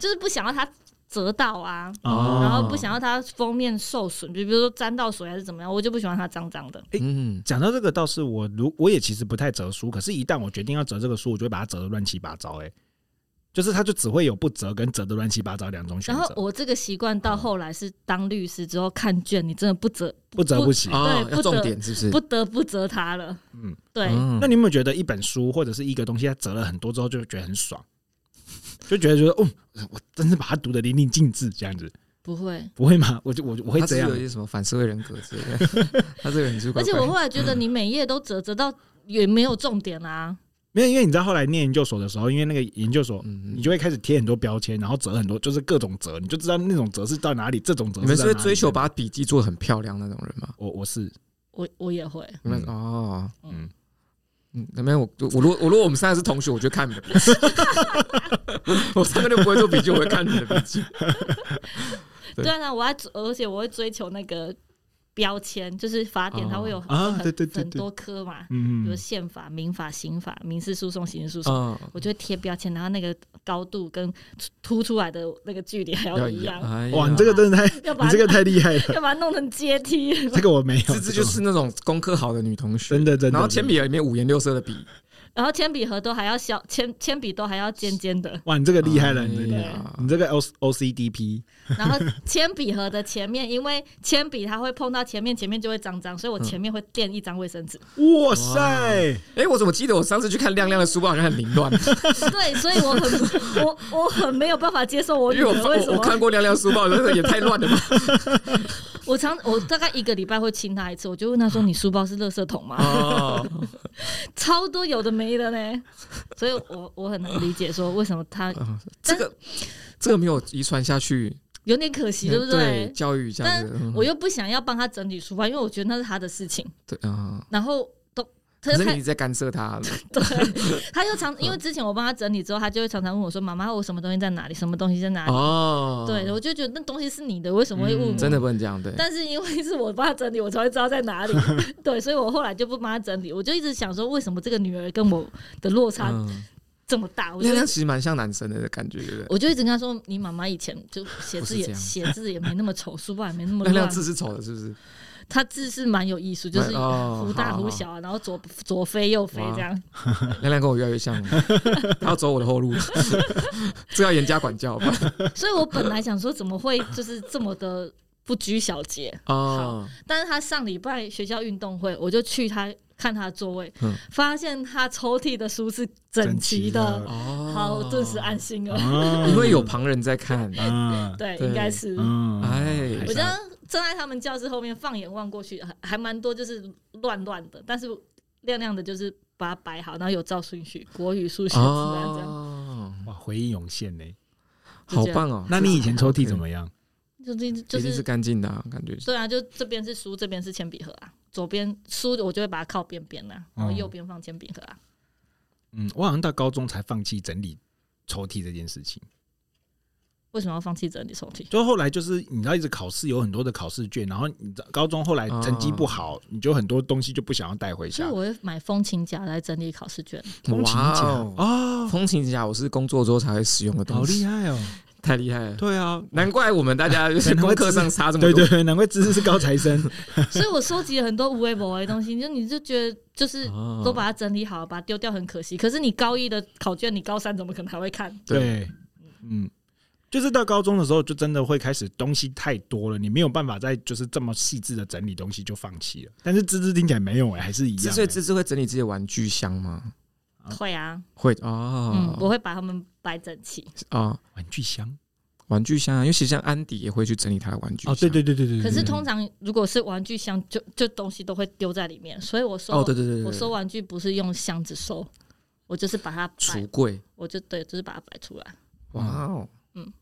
Speaker 1: 就是不想要它折到啊，
Speaker 3: 哦
Speaker 1: 然后不想要它封面受损，就比如说沾到水还是怎么样，我就不喜欢它脏脏的。
Speaker 3: 嗯，
Speaker 2: 讲到这个，倒是我如我也其实不太折书，可是，一旦我决定要折这个书，我就会把它折的乱七八糟。哎，就是它就只会有不折跟折的乱七八糟两种选
Speaker 1: 然后
Speaker 2: 择，
Speaker 1: 我这个习惯到后来是当律师之后看卷，你真的不折
Speaker 2: 不折不行。
Speaker 3: 哦，
Speaker 1: 对
Speaker 3: 要
Speaker 1: 不
Speaker 3: 重
Speaker 1: 得
Speaker 3: 点是不是？
Speaker 1: 不得不折它了。
Speaker 2: 嗯，
Speaker 1: 对，
Speaker 3: 嗯
Speaker 2: 那你有没有觉得一本书或者是一个东西，它折了很多之后，就觉得很爽， 就觉得觉得哦，我真是把它读得淋漓尽致，这样子
Speaker 1: 不会。
Speaker 2: 不会吗？ 我就我我会
Speaker 3: 他
Speaker 2: 这
Speaker 3: 是
Speaker 2: 样
Speaker 3: 有一，些什么反社会人格之类的，他这个人是怪
Speaker 1: 而且
Speaker 3: 怪
Speaker 1: 我
Speaker 3: 的
Speaker 1: 后来觉得你每页都折折到也没有重点啊啦、
Speaker 2: 没有，因为你知道后来念研究所的时候，因为那个研究所，
Speaker 3: 嗯
Speaker 2: 你就会开始贴很多标签，然后折很多，就是各种折，你就知道那种折是到哪里，这种折
Speaker 3: 你们
Speaker 2: 是
Speaker 3: 是
Speaker 2: 在
Speaker 3: 会
Speaker 2: 哪里
Speaker 3: 追求？把笔记做得很漂亮那种人吗？
Speaker 2: 我我是
Speaker 1: 我我也会，
Speaker 3: 你们
Speaker 2: 嗯
Speaker 3: 哦，
Speaker 2: 嗯
Speaker 3: 嗯嗯，那边我我如果我如果我们三个是同学，我就看你的笔记，我三个都不会做笔记，我会看你的笔记。对
Speaker 1: 对啊，我还追而且我会追求那个标签，就是法典
Speaker 3: 哦
Speaker 1: 它会有很
Speaker 2: 啊
Speaker 1: 很
Speaker 2: 对对对
Speaker 1: 很
Speaker 2: 对
Speaker 1: 多科嘛，比如
Speaker 2: 嗯，
Speaker 1: 宪法、民法、刑法、民事诉讼、刑事诉
Speaker 2: 啊
Speaker 1: 讼，
Speaker 3: 嗯，
Speaker 1: 我就会贴标签，然后那个高度跟凸凸出来的那个距离还
Speaker 3: 要
Speaker 1: 要一样，
Speaker 3: 哎呀
Speaker 2: 哇，你这个真的太，
Speaker 1: 啊 要把
Speaker 2: 你这个太厉害了，
Speaker 1: 要把它弄成阶梯。
Speaker 2: 这个我没有，
Speaker 3: 芝芝就是那种功课好的女同学
Speaker 2: 真，的真的，，
Speaker 3: 然后铅笔盒里面五颜六色的笔，
Speaker 1: 然后铅笔盒都还要小，铅铅笔都还要尖尖的
Speaker 2: 哇，你这个厉害了，你这
Speaker 3: 哎
Speaker 2: 个
Speaker 3: 呀
Speaker 2: 你这个 O O C D P
Speaker 1: 然后铅笔盒的前面，因为铅笔它会碰到前面，前面就会脏脏，所以我前面会垫一张卫生 纸。
Speaker 2: 哇塞，
Speaker 3: 哎，我怎么记得我上次去看亮亮的书包好像很凌乱，
Speaker 1: 对，所以我很 我我很没有办法接受我
Speaker 3: 因
Speaker 1: 女
Speaker 3: 为
Speaker 1: 儿
Speaker 3: 我
Speaker 1: 为什
Speaker 3: 我我
Speaker 1: 么
Speaker 3: 看过亮亮书包，那个也太乱了吧。
Speaker 1: 我常我大概一个礼拜会亲她一次，我就问她说：“你书包是垃圾桶 吗
Speaker 3: 哦，？”
Speaker 1: 超多有的没的呢，所以我我很能理解说为什么她
Speaker 3: 这个这个没有遗传下去，
Speaker 1: 有点可惜，对不
Speaker 3: 对？教育一下
Speaker 1: 但
Speaker 3: 这个，嗯
Speaker 1: 我又不想要帮他整理书包，因为我觉得那是他的事情。
Speaker 3: 对啊，
Speaker 1: 然后都，他
Speaker 3: 可
Speaker 1: 就是看
Speaker 3: 你在干涉他，
Speaker 1: 对，他就常因为之前我帮他整理之后，他就会常常问我说：“妈妈，我什么东西在哪里？什么东西在哪里？”
Speaker 3: 哦，
Speaker 1: 哎对，我就觉得那东西是你的，为什么会问我？
Speaker 3: 嗯真的不能这样，对，
Speaker 1: 但是因为是我帮他整理，我才会知道在 哪里。对，所以我后来就不帮他整理，我就一直想说，为什么这个女儿跟我的落差
Speaker 3: 嗯
Speaker 1: 这么大？我就
Speaker 3: 亮亮其实蛮像男生的感觉，对不对？
Speaker 1: 我就一直跟他说，你妈妈以前就写字
Speaker 3: 不是这
Speaker 1: 也
Speaker 3: 样
Speaker 1: 写字也没那么丑，书包也没那么
Speaker 3: 亮亮
Speaker 1: 乱。
Speaker 3: 字是丑的，是不是？
Speaker 1: 他字是蛮有艺术，就是
Speaker 3: 哦
Speaker 1: 忽大忽小啊，然后左左飞右飞这样。
Speaker 3: 亮亮跟我越来 越像，他要走我的后路， 这要严加管 教吧？
Speaker 1: 所以我本来想说，怎么会 就是这么的不拘小节？
Speaker 3: 哦，
Speaker 1: 但是他上礼拜学校运动会，我就去他看他的座位，
Speaker 3: 嗯
Speaker 1: 发现他抽屉的书是整齐
Speaker 2: 整齐
Speaker 1: 的，
Speaker 2: 的
Speaker 3: 哦，
Speaker 1: 好，我顿时嗯安心了。
Speaker 2: 啊
Speaker 3: 因为有旁人在看，
Speaker 2: 啊，
Speaker 1: 对，
Speaker 3: 哦对
Speaker 1: 应该是。
Speaker 2: 嗯，
Speaker 3: 哎
Speaker 1: 我刚刚站在他们教室后面，放眼望过去，还还蛮多就是乱乱的，但是亮亮的，就是把它摆好，然后有照顺序，国语、数学、自然这样。啊
Speaker 3: 哦，
Speaker 2: 哇，回忆涌现呢。
Speaker 3: 好棒哦，
Speaker 2: 那你以前抽屉怎么样？
Speaker 1: 就是就
Speaker 3: 一定是
Speaker 1: 是
Speaker 3: 干净的啊，感觉是
Speaker 1: 对啊，就这边是书，这边是铅笔盒啊。左边书我就会把它靠边边啊，然后
Speaker 2: 嗯
Speaker 1: 右边放铅笔盒啊。
Speaker 2: 嗯，我好像到高中才放弃整理抽屉这件事情。
Speaker 1: 为什么要放弃整理抽屉？
Speaker 2: 就后来就是你知道，一直考试有很多的考试卷，然后你知道高中后来成绩不好，你就很多东西就不想要带回
Speaker 1: 所以
Speaker 2: 家。
Speaker 1: 我会买风琴夹来整理考试卷。
Speaker 2: 风琴
Speaker 3: 哇
Speaker 2: 夹
Speaker 3: 哦
Speaker 2: 哦，
Speaker 3: 风琴夹，我是工作之后才会使用的
Speaker 2: 好
Speaker 3: 东西，
Speaker 2: 厉害哦！
Speaker 3: 太厉害了。
Speaker 2: 对啊，
Speaker 3: 难怪我们大家就是功课上差这么
Speaker 2: 对
Speaker 3: 多，
Speaker 2: 对对，难怪知识是高材生。
Speaker 1: 所以我收集了很多无微不微的东西，就你就觉得就是
Speaker 3: 哦
Speaker 1: 都把它整理好，把它丢掉很可惜。可是你高一的考卷，你高三怎么可能还会看？
Speaker 2: 对，嗯，就是到高中的时候，就真的会开始东西太多了，你没有办法再就是这么细致的整理东西，就放弃了。但是芝芝听起来没有哎、还是一
Speaker 3: 之
Speaker 2: 样、
Speaker 3: 所以
Speaker 2: 欸。
Speaker 3: 芝芝会整理自己的玩具箱吗？
Speaker 1: 会啊，
Speaker 3: 会
Speaker 1: 嗯，我
Speaker 3: 哦，
Speaker 1: 会把它们摆整齐。
Speaker 3: 啊，
Speaker 2: 玩具箱
Speaker 3: 玩具箱啊，因为其实像安迪也会去整理他的玩具箱。
Speaker 2: 哦，对对对对对。
Speaker 1: 可
Speaker 2: 对
Speaker 1: 是
Speaker 2: 对
Speaker 1: 通常如果是玩具箱，就就东西都会丢在里面，所以我收、
Speaker 3: 哦，对对对对，
Speaker 1: 我
Speaker 3: 对
Speaker 1: 收玩具不是用箱子收，我就是把它摆
Speaker 3: 橱，柜，
Speaker 1: 我就对，就是把它摆出来，
Speaker 3: 哇哦，嗯
Speaker 1: 嗯，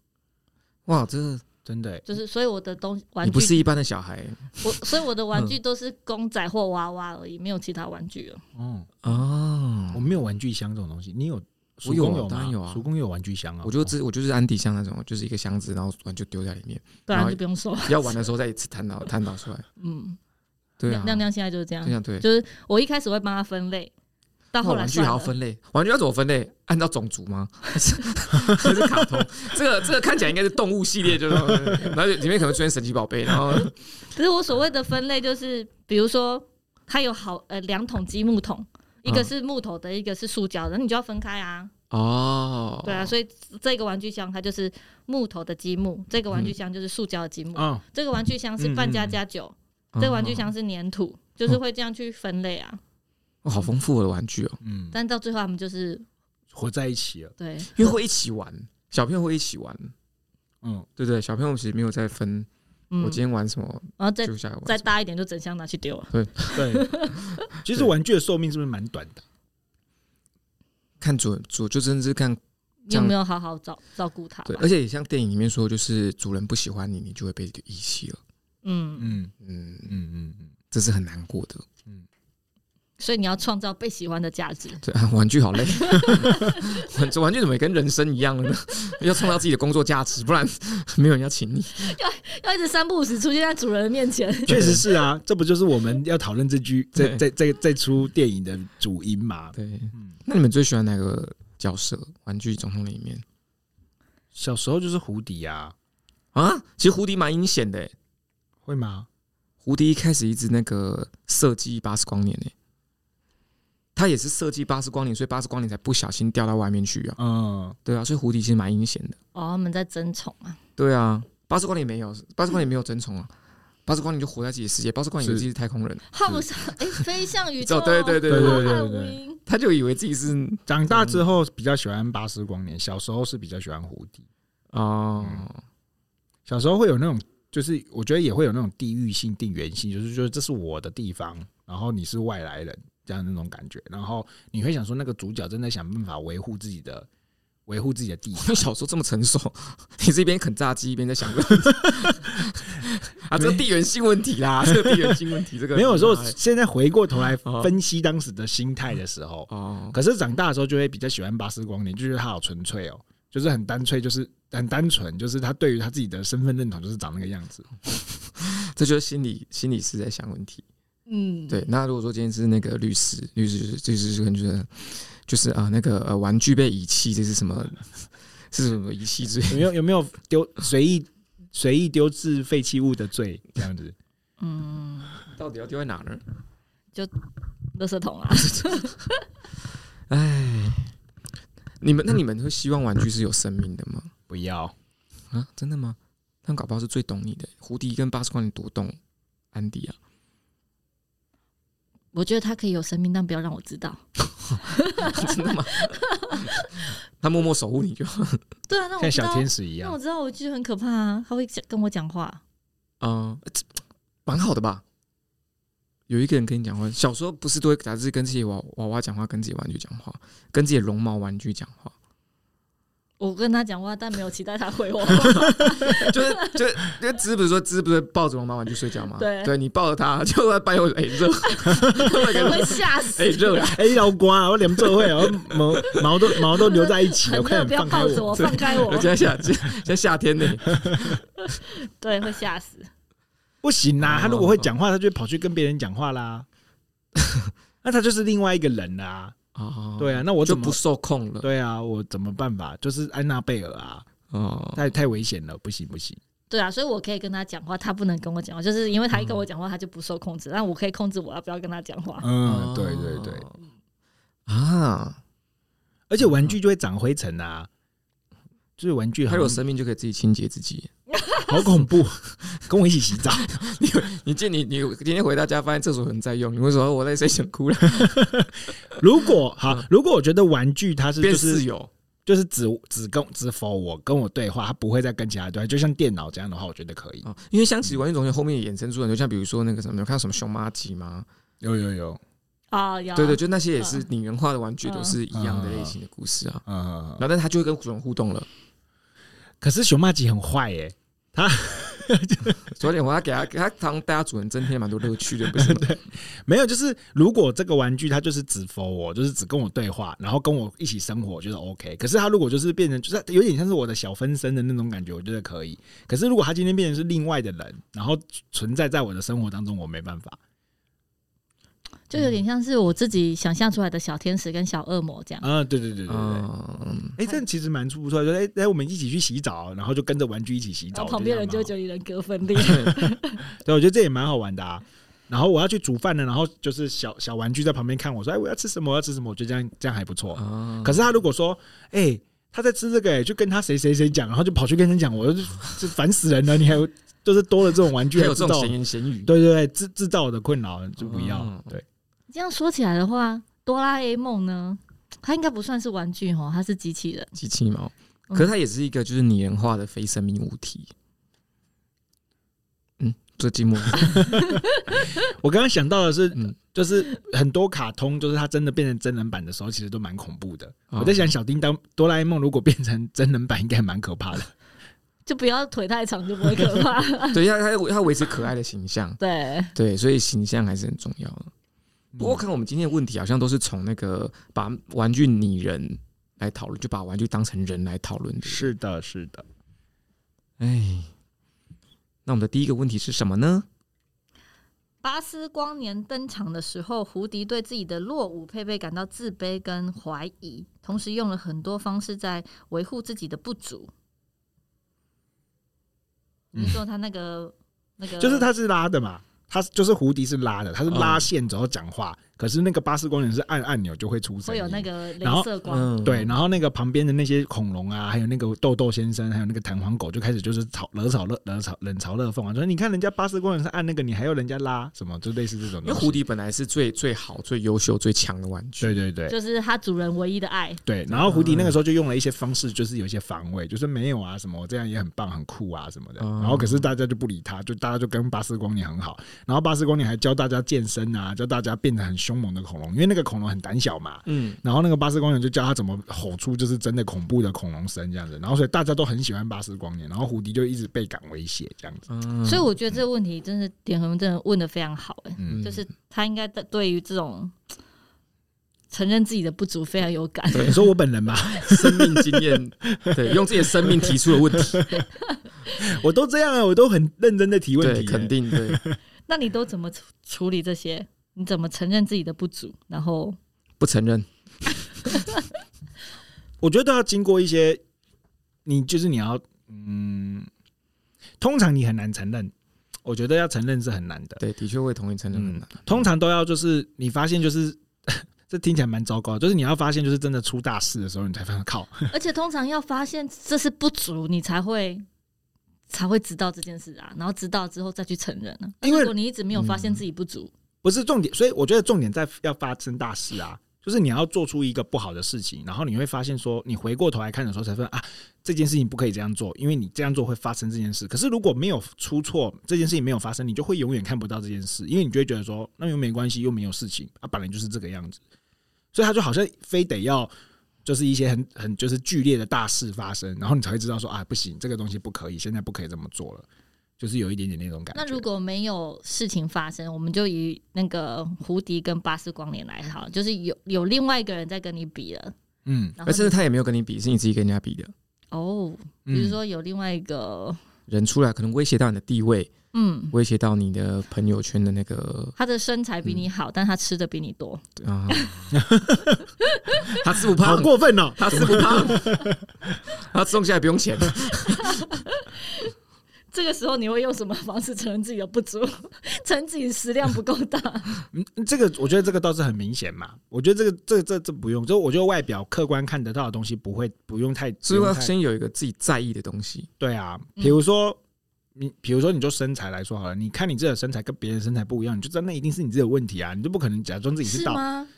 Speaker 3: 哇，这
Speaker 2: 真的、欸，
Speaker 1: 就是所以我的东玩
Speaker 3: 你不
Speaker 1: 具，
Speaker 3: 是嗯一般的小孩
Speaker 1: 我所以我的玩具都是公仔或娃娃而已，没有其他玩具了。
Speaker 2: 哦，
Speaker 3: 哦
Speaker 2: 我，没有玩具箱这种东西，你有？
Speaker 3: 我
Speaker 2: 叔
Speaker 3: 有啊
Speaker 2: 公有
Speaker 3: 当然
Speaker 2: 吗？
Speaker 3: 有啊
Speaker 2: 叔公有玩具箱啊。
Speaker 3: 我就只我就是安迪像那种，就是一个箱子，然后玩具丢在里面，
Speaker 1: 对
Speaker 3: 然
Speaker 1: 啊，
Speaker 3: 后
Speaker 1: 就不用收。
Speaker 3: 要玩的时候再一次探讨探讨出来。
Speaker 1: 嗯，
Speaker 3: 对啊，
Speaker 1: 亮亮现在就是这样
Speaker 3: 对，啊对。
Speaker 1: 就是我一开始会帮他分类，到
Speaker 3: 那
Speaker 1: 后来
Speaker 3: 玩具还
Speaker 1: 算
Speaker 3: 要
Speaker 1: 了。
Speaker 3: 分类，玩具要怎么分类？按照种族吗？还是卡通？这个这个看起来应该是动物系列，就是 然后里面可能出现神奇宝贝，然后
Speaker 1: 可是我所谓的分类就是，比如说它有好呃两桶积木桶，一个
Speaker 3: 嗯
Speaker 1: 是木头的，一个是塑胶的，那你就要分开啊。
Speaker 3: 哦，
Speaker 1: 对啊，所以这个玩具箱它就是木头的积木，这个玩
Speaker 3: 嗯
Speaker 1: 具箱就是塑胶的积
Speaker 3: 啊
Speaker 1: 木，
Speaker 2: 嗯，
Speaker 1: 这个玩具箱是半加加九，这
Speaker 3: 哦，
Speaker 1: 个玩具箱是粘土，就是会这样去分类啊。
Speaker 3: 哦好丰富的玩具哦，
Speaker 2: 嗯，
Speaker 1: 但到最后他们就是
Speaker 2: 活在一起了。
Speaker 1: 对，
Speaker 3: 因为会一起玩，小朋友会一起玩，
Speaker 2: 嗯，
Speaker 3: 对不对？小朋友其实没有在分，
Speaker 1: 嗯
Speaker 3: 我，今天玩什么
Speaker 1: 然后再
Speaker 3: 就下来玩什
Speaker 1: 再
Speaker 3: 么。
Speaker 1: 大一点就整箱拿去丢了。啊
Speaker 2: 对。其实玩具的寿命是不是蛮短的？
Speaker 3: 看主主就真的是看
Speaker 1: 你有没有好好照照顾它吧？啊
Speaker 3: 对，而且也像电影里面说，就是主人不喜欢你，你就会被遗弃了。
Speaker 1: 嗯，
Speaker 2: 嗯
Speaker 3: 嗯，
Speaker 2: 嗯嗯嗯。
Speaker 3: 这是很难过的。
Speaker 1: 所以你要创造被喜欢的价值。
Speaker 3: 对啊， 玩具好累，玩这玩具怎么也跟人生一样了呢？ 要创造自己的工作价值，不然没有人要请你。
Speaker 1: 要一直三不五时出现在主人的面前。
Speaker 2: 确实是啊，这不就是我们要讨论这 句这这
Speaker 3: 对
Speaker 2: 这这出电影的主因嘛？
Speaker 3: 对，
Speaker 2: 嗯，
Speaker 3: 那你们最喜欢哪个角色？玩具总动员里面
Speaker 2: 小时候就是胡迪啊，
Speaker 3: 啊，其实胡迪蛮阴险的欸。
Speaker 2: 会吗？
Speaker 3: 胡迪一开始一直那个设计巴斯光年呢，他也是设计巴斯光年，所以巴斯光年才不小心掉到外面去啊。
Speaker 2: 嗯，
Speaker 3: 对啊，所以胡迪其实蛮阴险的。
Speaker 1: 哦，他们在争宠啊，
Speaker 3: 对啊，巴斯光年没有，巴斯光年没有争宠啊，巴斯光年就活在自己的世界，巴斯光年以为自己是太空人，
Speaker 1: 浩姆上哎，飞向 宇宙，
Speaker 3: 对对对对
Speaker 2: 对对
Speaker 1: 浩瀚
Speaker 2: 对
Speaker 1: 无
Speaker 2: 对
Speaker 1: 垠
Speaker 3: 他就以为自己是
Speaker 2: 长大之后比较喜欢巴斯光年，小时候是比较喜欢胡迪。
Speaker 3: 哦，
Speaker 2: 小时候会有那种，就是我觉得也会有那种地域性、定缘性，就是说这是我的地方，然后你是外来人这样那种感觉。然后你会想说，那个主角真的想办法维护自己的维护自己的 地
Speaker 3: 你小时候这么成熟， 你是一边啃炸鸡一边在想这 个啊，这个地缘性问题啦， 这个地缘性问题，这个
Speaker 2: 没有 说现在回过头来
Speaker 3: 哦
Speaker 2: 分析当时的心态的时候，
Speaker 3: 哦，
Speaker 2: 可是长大的时候就会比较喜欢巴斯光年，就觉得他好纯粹哦，就是很单粹，就是很单纯，就是他对于他自己的身份认同就是长那个样子。
Speaker 3: 这就是心理心理师在想问题。
Speaker 1: 嗯，
Speaker 3: 对，那如果说今天是那个律师，律师就是律师就是可能觉得就是啊、呃那个呃玩具被遗弃，这是什 么？是什么遗弃罪？
Speaker 2: 有没有有没有丢随意随意丢置废弃物的罪这样子？
Speaker 1: 嗯，
Speaker 3: 到底要丢在哪呢？
Speaker 1: 垃圾桶啊，
Speaker 3: 哎，你们那你们会希望玩具是有生命的吗？
Speaker 2: 不要，
Speaker 3: 啊，真的吗？他们搞不好是最懂你的。胡迪跟巴斯光年多懂安迪啊。
Speaker 1: 我觉得它可以有生命，但不要让我知道。
Speaker 3: 真的吗？他默默守护你就好。
Speaker 1: 对啊，那我
Speaker 2: 像
Speaker 1: 知道
Speaker 2: 小，天使一
Speaker 1: 那
Speaker 2: 样
Speaker 1: 我。知道，我觉得很可怕啊，它会讲跟我讲话。
Speaker 3: 嗯，这蛮好的吧？有一个人跟你讲话，小时候不是都会打字跟自己娃娃娃讲话，跟自己玩具讲话，跟自己的绒毛玩具讲话，
Speaker 1: 我跟他讲话，但没有期待他回我。
Speaker 3: 就是就是，因为芝不是说芝不是抱着绒毛玩具睡觉吗？
Speaker 1: 对
Speaker 3: 你抱着它就在半夜 哎热，
Speaker 1: 会吓死。
Speaker 3: 哎 热啊！
Speaker 2: 哎，老瓜啊，我脸皱会，然后毛毛都毛都留在一起了，
Speaker 1: 很
Speaker 2: 快
Speaker 1: 热，不
Speaker 2: 点
Speaker 1: 要
Speaker 2: 放开
Speaker 1: 抱着我，
Speaker 2: 我！
Speaker 1: 放开我
Speaker 3: 现。在夏现在夏天呢，
Speaker 1: 对，会吓死。
Speaker 2: 不行啦，
Speaker 3: 哦
Speaker 2: 他如果会讲话，他就会跑去跟别人讲话啦。 那他就是另外一个人啦。
Speaker 3: 哦，
Speaker 2: 对啊，那我
Speaker 3: 就
Speaker 2: 怎么
Speaker 3: 不？受控了
Speaker 2: 对啊，我怎么办法？就是安娜贝尔啊，
Speaker 3: 哦。
Speaker 2: 太太危险了，不行不行。
Speaker 1: 对啊，所以我可以跟他讲话，他不能跟我讲话，就是因为他一跟我讲话，他就不受控制。但我可以控制我啊要不要跟他讲话。
Speaker 2: 嗯，
Speaker 3: 哦
Speaker 2: 对对对，
Speaker 3: 啊，
Speaker 2: 而且玩具就会长灰尘啊，就是玩具
Speaker 3: 它
Speaker 2: 很
Speaker 3: 有生命就可以自己清洁自己。
Speaker 2: 好恐怖。跟我一起洗澡，
Speaker 3: 你见你你今天回到家发现厕所有人在用，你会说我在谁想哭了？
Speaker 2: 如果好，如果我觉得玩具它是
Speaker 3: 变
Speaker 2: 就
Speaker 3: 室
Speaker 2: 是
Speaker 3: 友，
Speaker 2: 就是只只跟只否我跟我对话，它不会再跟其他人对话，就像电脑这样的话，我觉得可以。
Speaker 3: 啊，因为像其实玩具总监后面也衍生出很多，像比如说那个什么，有看到什么熊妈鸡吗？
Speaker 2: 有有有，
Speaker 1: 啊，有啊
Speaker 3: 对对，就那些也是
Speaker 1: 嗯
Speaker 3: 拟人化的玩具，
Speaker 1: 嗯
Speaker 3: 都是一样的类型的故事啊。
Speaker 2: 嗯
Speaker 3: 然，后，但是他就会跟主人互动了。
Speaker 2: 可是熊妈吉很坏耶、
Speaker 3: 昨天我要给他给他当大家主人增添蛮多乐趣的，不是吗？
Speaker 2: 没有，就是如果这个玩具它就是只 for 我，就是只跟我对话，然后跟我一起生活，我觉得 OK。可是它如果就是变成就是有点像是我的小分身的那种感觉，我觉得可以。可是如果它今天变成是另外的人，然后存在在我的生活当中，我没办法。
Speaker 1: 就有点像是我自己想象出来的小天使跟小恶魔这样。
Speaker 2: 啊，对对对对对。哎、
Speaker 3: 嗯，
Speaker 2: 这样其实蛮不错的。说，哎、哎、我们一起去洗澡，然后就跟着玩具一起洗
Speaker 1: 然
Speaker 2: 澡，
Speaker 1: 后旁边人就会觉
Speaker 2: 得
Speaker 1: 得你人格分裂。
Speaker 2: 蛮好，对，我觉得这也蛮好玩的啊。然后我要去煮饭了，然后就是小小玩具在旁边看我说，哎，我要吃什么？我要吃什么？我觉得这样这样还不错。
Speaker 3: 啊
Speaker 2: 可是他如果说，哎、他在吃这个、哎，就跟他谁谁谁讲，然后就跑去跟人讲，我就就烦死人了。你还有就是多了这种玩具，
Speaker 3: 还有
Speaker 2: 还
Speaker 3: 这
Speaker 2: 知道
Speaker 3: 种闲言闲语，
Speaker 2: 对对对，制制造我的困扰就不要。
Speaker 3: 哦
Speaker 2: 对，
Speaker 1: 这样说起来的话，哆啦 A 梦呢，它应该不算是玩具哦，它是机器人。
Speaker 3: 机器猫。可是它也是一个就是拟人化的非生命物体。嗯，这寂寞。
Speaker 2: 我刚刚想到的是，
Speaker 3: 嗯，
Speaker 2: 就是很多卡通，就是它真的变成真人版的时候，其实都蛮恐怖的。
Speaker 3: 哦
Speaker 2: 我在想，小叮当、哆啦 A 梦如果变成真人版，应该蛮可怕的。
Speaker 1: 就不要腿太长，就不会可怕。
Speaker 3: 对，要他要维持可爱的形象，
Speaker 1: 对，
Speaker 3: 对，所以形象还是很重要的。不过，
Speaker 2: 嗯
Speaker 3: 看我们今天的问题，好像都是从那个把玩具拟人来讨论，就把玩具当成人来讨论的。，
Speaker 2: 是的，是的。
Speaker 3: 哎，那我们的第一个问题是什么呢？
Speaker 1: 巴斯光年登场的时候，胡迪对自己的落伍配备感到自卑跟怀疑，同时用了很多方式在维护自己的不足。
Speaker 2: 嗯
Speaker 1: 你是说他那个、那个，
Speaker 2: 就是他是拉的嘛，他就是胡迪是拉的，他是拉
Speaker 3: 嗯
Speaker 2: 线之后讲话，可是那个巴斯光年是按按钮就会出声
Speaker 1: 会
Speaker 2: 音，
Speaker 1: 有那个
Speaker 2: 然后
Speaker 1: 镭射光，
Speaker 3: 嗯，
Speaker 2: 对，，然后那个旁边的那些恐龙啊，还有那个豆豆先生，还有那个弹簧狗，就开始就是吵冷吵热冷吵冷嘲热讽啊，说你看人家巴斯光年是按那个，你还要人家拉什么，就类似这种
Speaker 3: 因为
Speaker 2: 东西。
Speaker 3: 胡迪本来是最最好、最优秀、最强的玩具。
Speaker 2: 对对对
Speaker 1: 就是他主人唯一的爱。
Speaker 2: 对，然后胡迪那
Speaker 3: 嗯
Speaker 2: 个时候就用了一些方式，就是有一些防卫，就是没有啊什么，我这样也很棒很酷啊什么的。
Speaker 3: 嗯
Speaker 2: 然后可是大家就不理他，就大家就跟巴斯光年很好，然后巴斯光年还教大家健身啊，教大家变得很凶猛的恐龙，因为那个恐龙很胆小嘛。
Speaker 3: 嗯，
Speaker 2: 然后那个巴斯光年就教他怎么吼出就是真的恐怖的恐龙声这样子，然后所以大家都很喜欢巴斯光年，然后胡迪就一直被赶威胁这样子。
Speaker 3: 嗯
Speaker 1: 所以我觉得这个问题真是点恒真的问的非常好、哎、
Speaker 2: 嗯
Speaker 1: 就是他应该对于这种承认自己的不足非常有感。
Speaker 2: 你说我本人吧，
Speaker 3: 生命经验，对，用自己的生命提出的问题，
Speaker 2: 我都这样啊，我都很认真的提问
Speaker 3: 对，
Speaker 2: 题，
Speaker 3: 肯。定对。
Speaker 1: 那你都怎么处处理这些？你怎么承认自己的不足？然后
Speaker 3: 不承认，
Speaker 2: 我觉得要经过一些，你就是你要，嗯，通常你很难承认，我觉得要承认是很难的。嗯
Speaker 3: 对，的确会同意承认很难。哎
Speaker 2: 通常都要就是你发现就是 这听起来蛮糟糕的，就是你要发现就是真的出大事的时候，你才发现靠，
Speaker 1: 而且通常要发现这是不足，你才会才会知道这件事啊，然后知道之后再去承认啊。
Speaker 2: 因为
Speaker 1: 如果你一直没有发现自己不足，
Speaker 2: 不是重点，所以我觉得重点在要发生大事啊，就是你要做出一个不好的事情，然后你会发现说，你回过头来看的时候才发现啊，这件事情不可以这样做，因为你这样做会发生这件事。可是如果没有出错，这件事情没有发生，你就会永远看不到这件事，因为你就会觉得说，那又没关系，又没有事情啊，本来就是这个样子，所以他就好像非得要。就是一些很很就是剧烈的大事发生，然后你才会知道说啊，不行，这个东西不可以，现在不可以这么做了，就是有一点点那种感觉。
Speaker 1: 那如果没有事情发生，我们就以那个胡迪跟巴斯光年来好了，就是有有另外一个人在跟你比了，
Speaker 2: 嗯，
Speaker 1: 然后
Speaker 3: 而
Speaker 1: 你
Speaker 3: 甚至他也没有跟你比，是你自己跟人家比的。
Speaker 1: 哦，
Speaker 2: 嗯
Speaker 1: 比如说有另外一个，
Speaker 3: 人出来可能威胁到你的地位，
Speaker 1: 嗯，
Speaker 3: 威胁到你的朋友圈的那个
Speaker 1: 他的身材比你
Speaker 2: 嗯
Speaker 1: 好，但他吃的比你多，
Speaker 3: 啊，他吃不
Speaker 2: 好
Speaker 3: 胖，
Speaker 2: 过分哦、
Speaker 3: 他吃不 胖，他种下来不用钱。
Speaker 1: 这个时候你会用什么方式承认自己的不足， 承认自己食量不够大？
Speaker 2: 嗯这个我觉得这个倒是很明显嘛。我觉得这个这这这不用，就我觉得外表客观看得到的东西不会不用太，
Speaker 3: 所以
Speaker 2: 不用
Speaker 3: 我要
Speaker 2: 太
Speaker 3: 先有一个自己在意的东西，
Speaker 2: 对啊。
Speaker 1: 嗯
Speaker 2: 比如说你，比如说你就身材来说好了，你看你自己的身材跟别人身材不一样，你就知道那一定是你自己的问题啊， 你就不可能假装自己是
Speaker 1: 是
Speaker 2: 道
Speaker 1: 吗？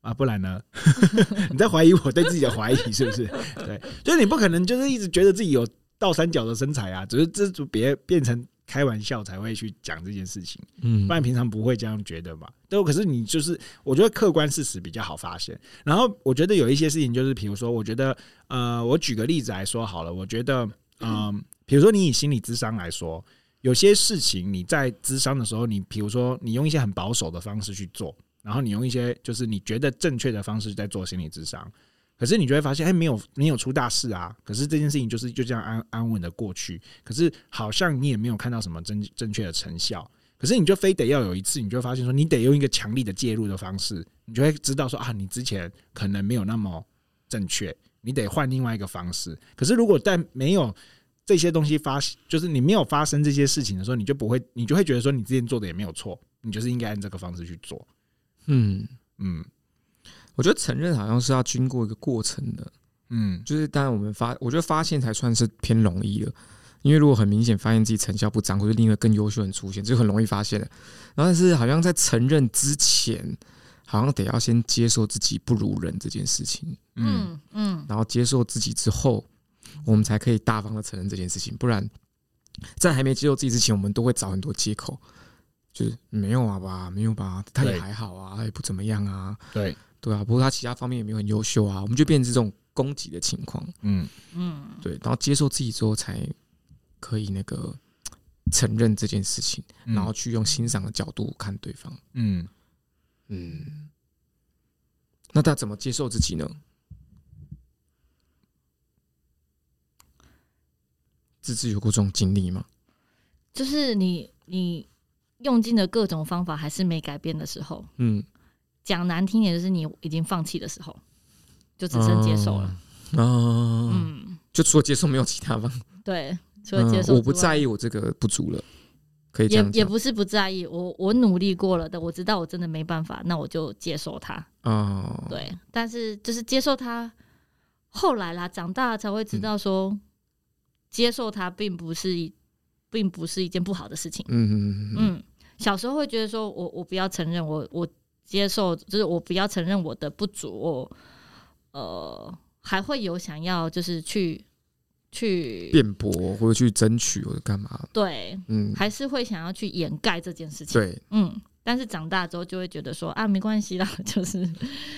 Speaker 2: 啊，不然呢？ 你在怀疑我对自己的怀疑是不是？对，就是你不可能就是一直觉得自己有倒三角的身材啊，只是这就别变成开玩笑才会去讲这件事情。啊
Speaker 3: 嗯
Speaker 2: 不然平常不会这样觉得嘛。对，可是你就是，我觉得客观事实比较好发现。然后我觉得有一些事情，就是比如说，我觉得呃，我举个例子来说好了，我觉得嗯、比如说你以心理智商来说，有些事情你在智商的时候，你比如说你用一些很保守的方式去做，然后你用一些就是你觉得正确的方式在做心理智商。可是你就会发现，哎、没有没有出大事啊！可是这件事情就是就这样安安稳的过去，可是好像你也没有看到什么正正确的成效，可是你就非得要有一次，你就会发现说，你得用一个强力的介入的方式，你就会知道说啊，你之前可能没有那么正确，你得换另外一个方式。可是如果在没有这些东西发，就是你没有发生这些事情的时候，你就不会，你就会觉得说你之前做的也没有错，你就是应该按这个方式去做。
Speaker 3: 嗯，
Speaker 2: 嗯
Speaker 3: 我觉得承认好像是要经过一个过程的，
Speaker 2: 嗯
Speaker 3: 就是当然我们发，我觉得发现才算是偏容易的，因为如果很明显发现自己成效不彰，或者另一个更优秀的人出现，这就很容易发现了。然后但是好像在承认之前，好像得要先接受自己不如人这件事情，
Speaker 2: 嗯
Speaker 1: 嗯嗯，
Speaker 3: 然后接受自己之后，我们才可以大方的承认这件事情。不然，在还没接受自己之前，我们都会找很多借口，就是没有啊吧，没有吧，他也
Speaker 2: 对
Speaker 3: 还好啊，他也不怎么样啊，
Speaker 2: 对，
Speaker 3: 对啊，不过他其他方面也没有很优秀啊，我们就变成这种攻击的情况。
Speaker 2: 嗯
Speaker 1: 嗯，
Speaker 3: 对，然后接受自己之后才可以那个承认这件事情，
Speaker 2: 嗯
Speaker 3: 然后去用欣赏的角度看对方。
Speaker 2: 嗯，
Speaker 3: 嗯，那他怎么接受自己呢？自己有过这种经历吗？
Speaker 1: 就是你你用尽了各种方法还是没改变的时候，
Speaker 3: 嗯，
Speaker 1: 讲难听点就是你已经放弃的时候，就只剩接受了。
Speaker 3: 哦。哦，
Speaker 1: 嗯，
Speaker 3: 就除了接受没有其他方。
Speaker 1: 对，除了接受之外、
Speaker 3: 嗯我不在意我这个不足了，可以这
Speaker 1: 也
Speaker 3: 样
Speaker 1: 也
Speaker 3: 讲
Speaker 1: 不是不在意，我我努力过了的，我知道我真的没办法，那我就接受它。
Speaker 3: 哦，
Speaker 1: 对，但是就是接受它，后来啦，长大了才会
Speaker 3: 嗯
Speaker 1: 知道说，接受它并不是一，并不是一件不好的事情。
Speaker 3: 嗯嗯嗯
Speaker 1: 嗯，小时候会觉得说我我不要承认我我接受，就是我不要承认我的不足，我呃还会有想要就是去去
Speaker 3: 辩驳或者去争取或者干嘛？
Speaker 1: 对，
Speaker 3: 嗯，
Speaker 1: 还是会想要去掩盖这件事情。
Speaker 3: 对，
Speaker 1: 嗯，但是长大之后就会觉得说啊，没关系啦， 就是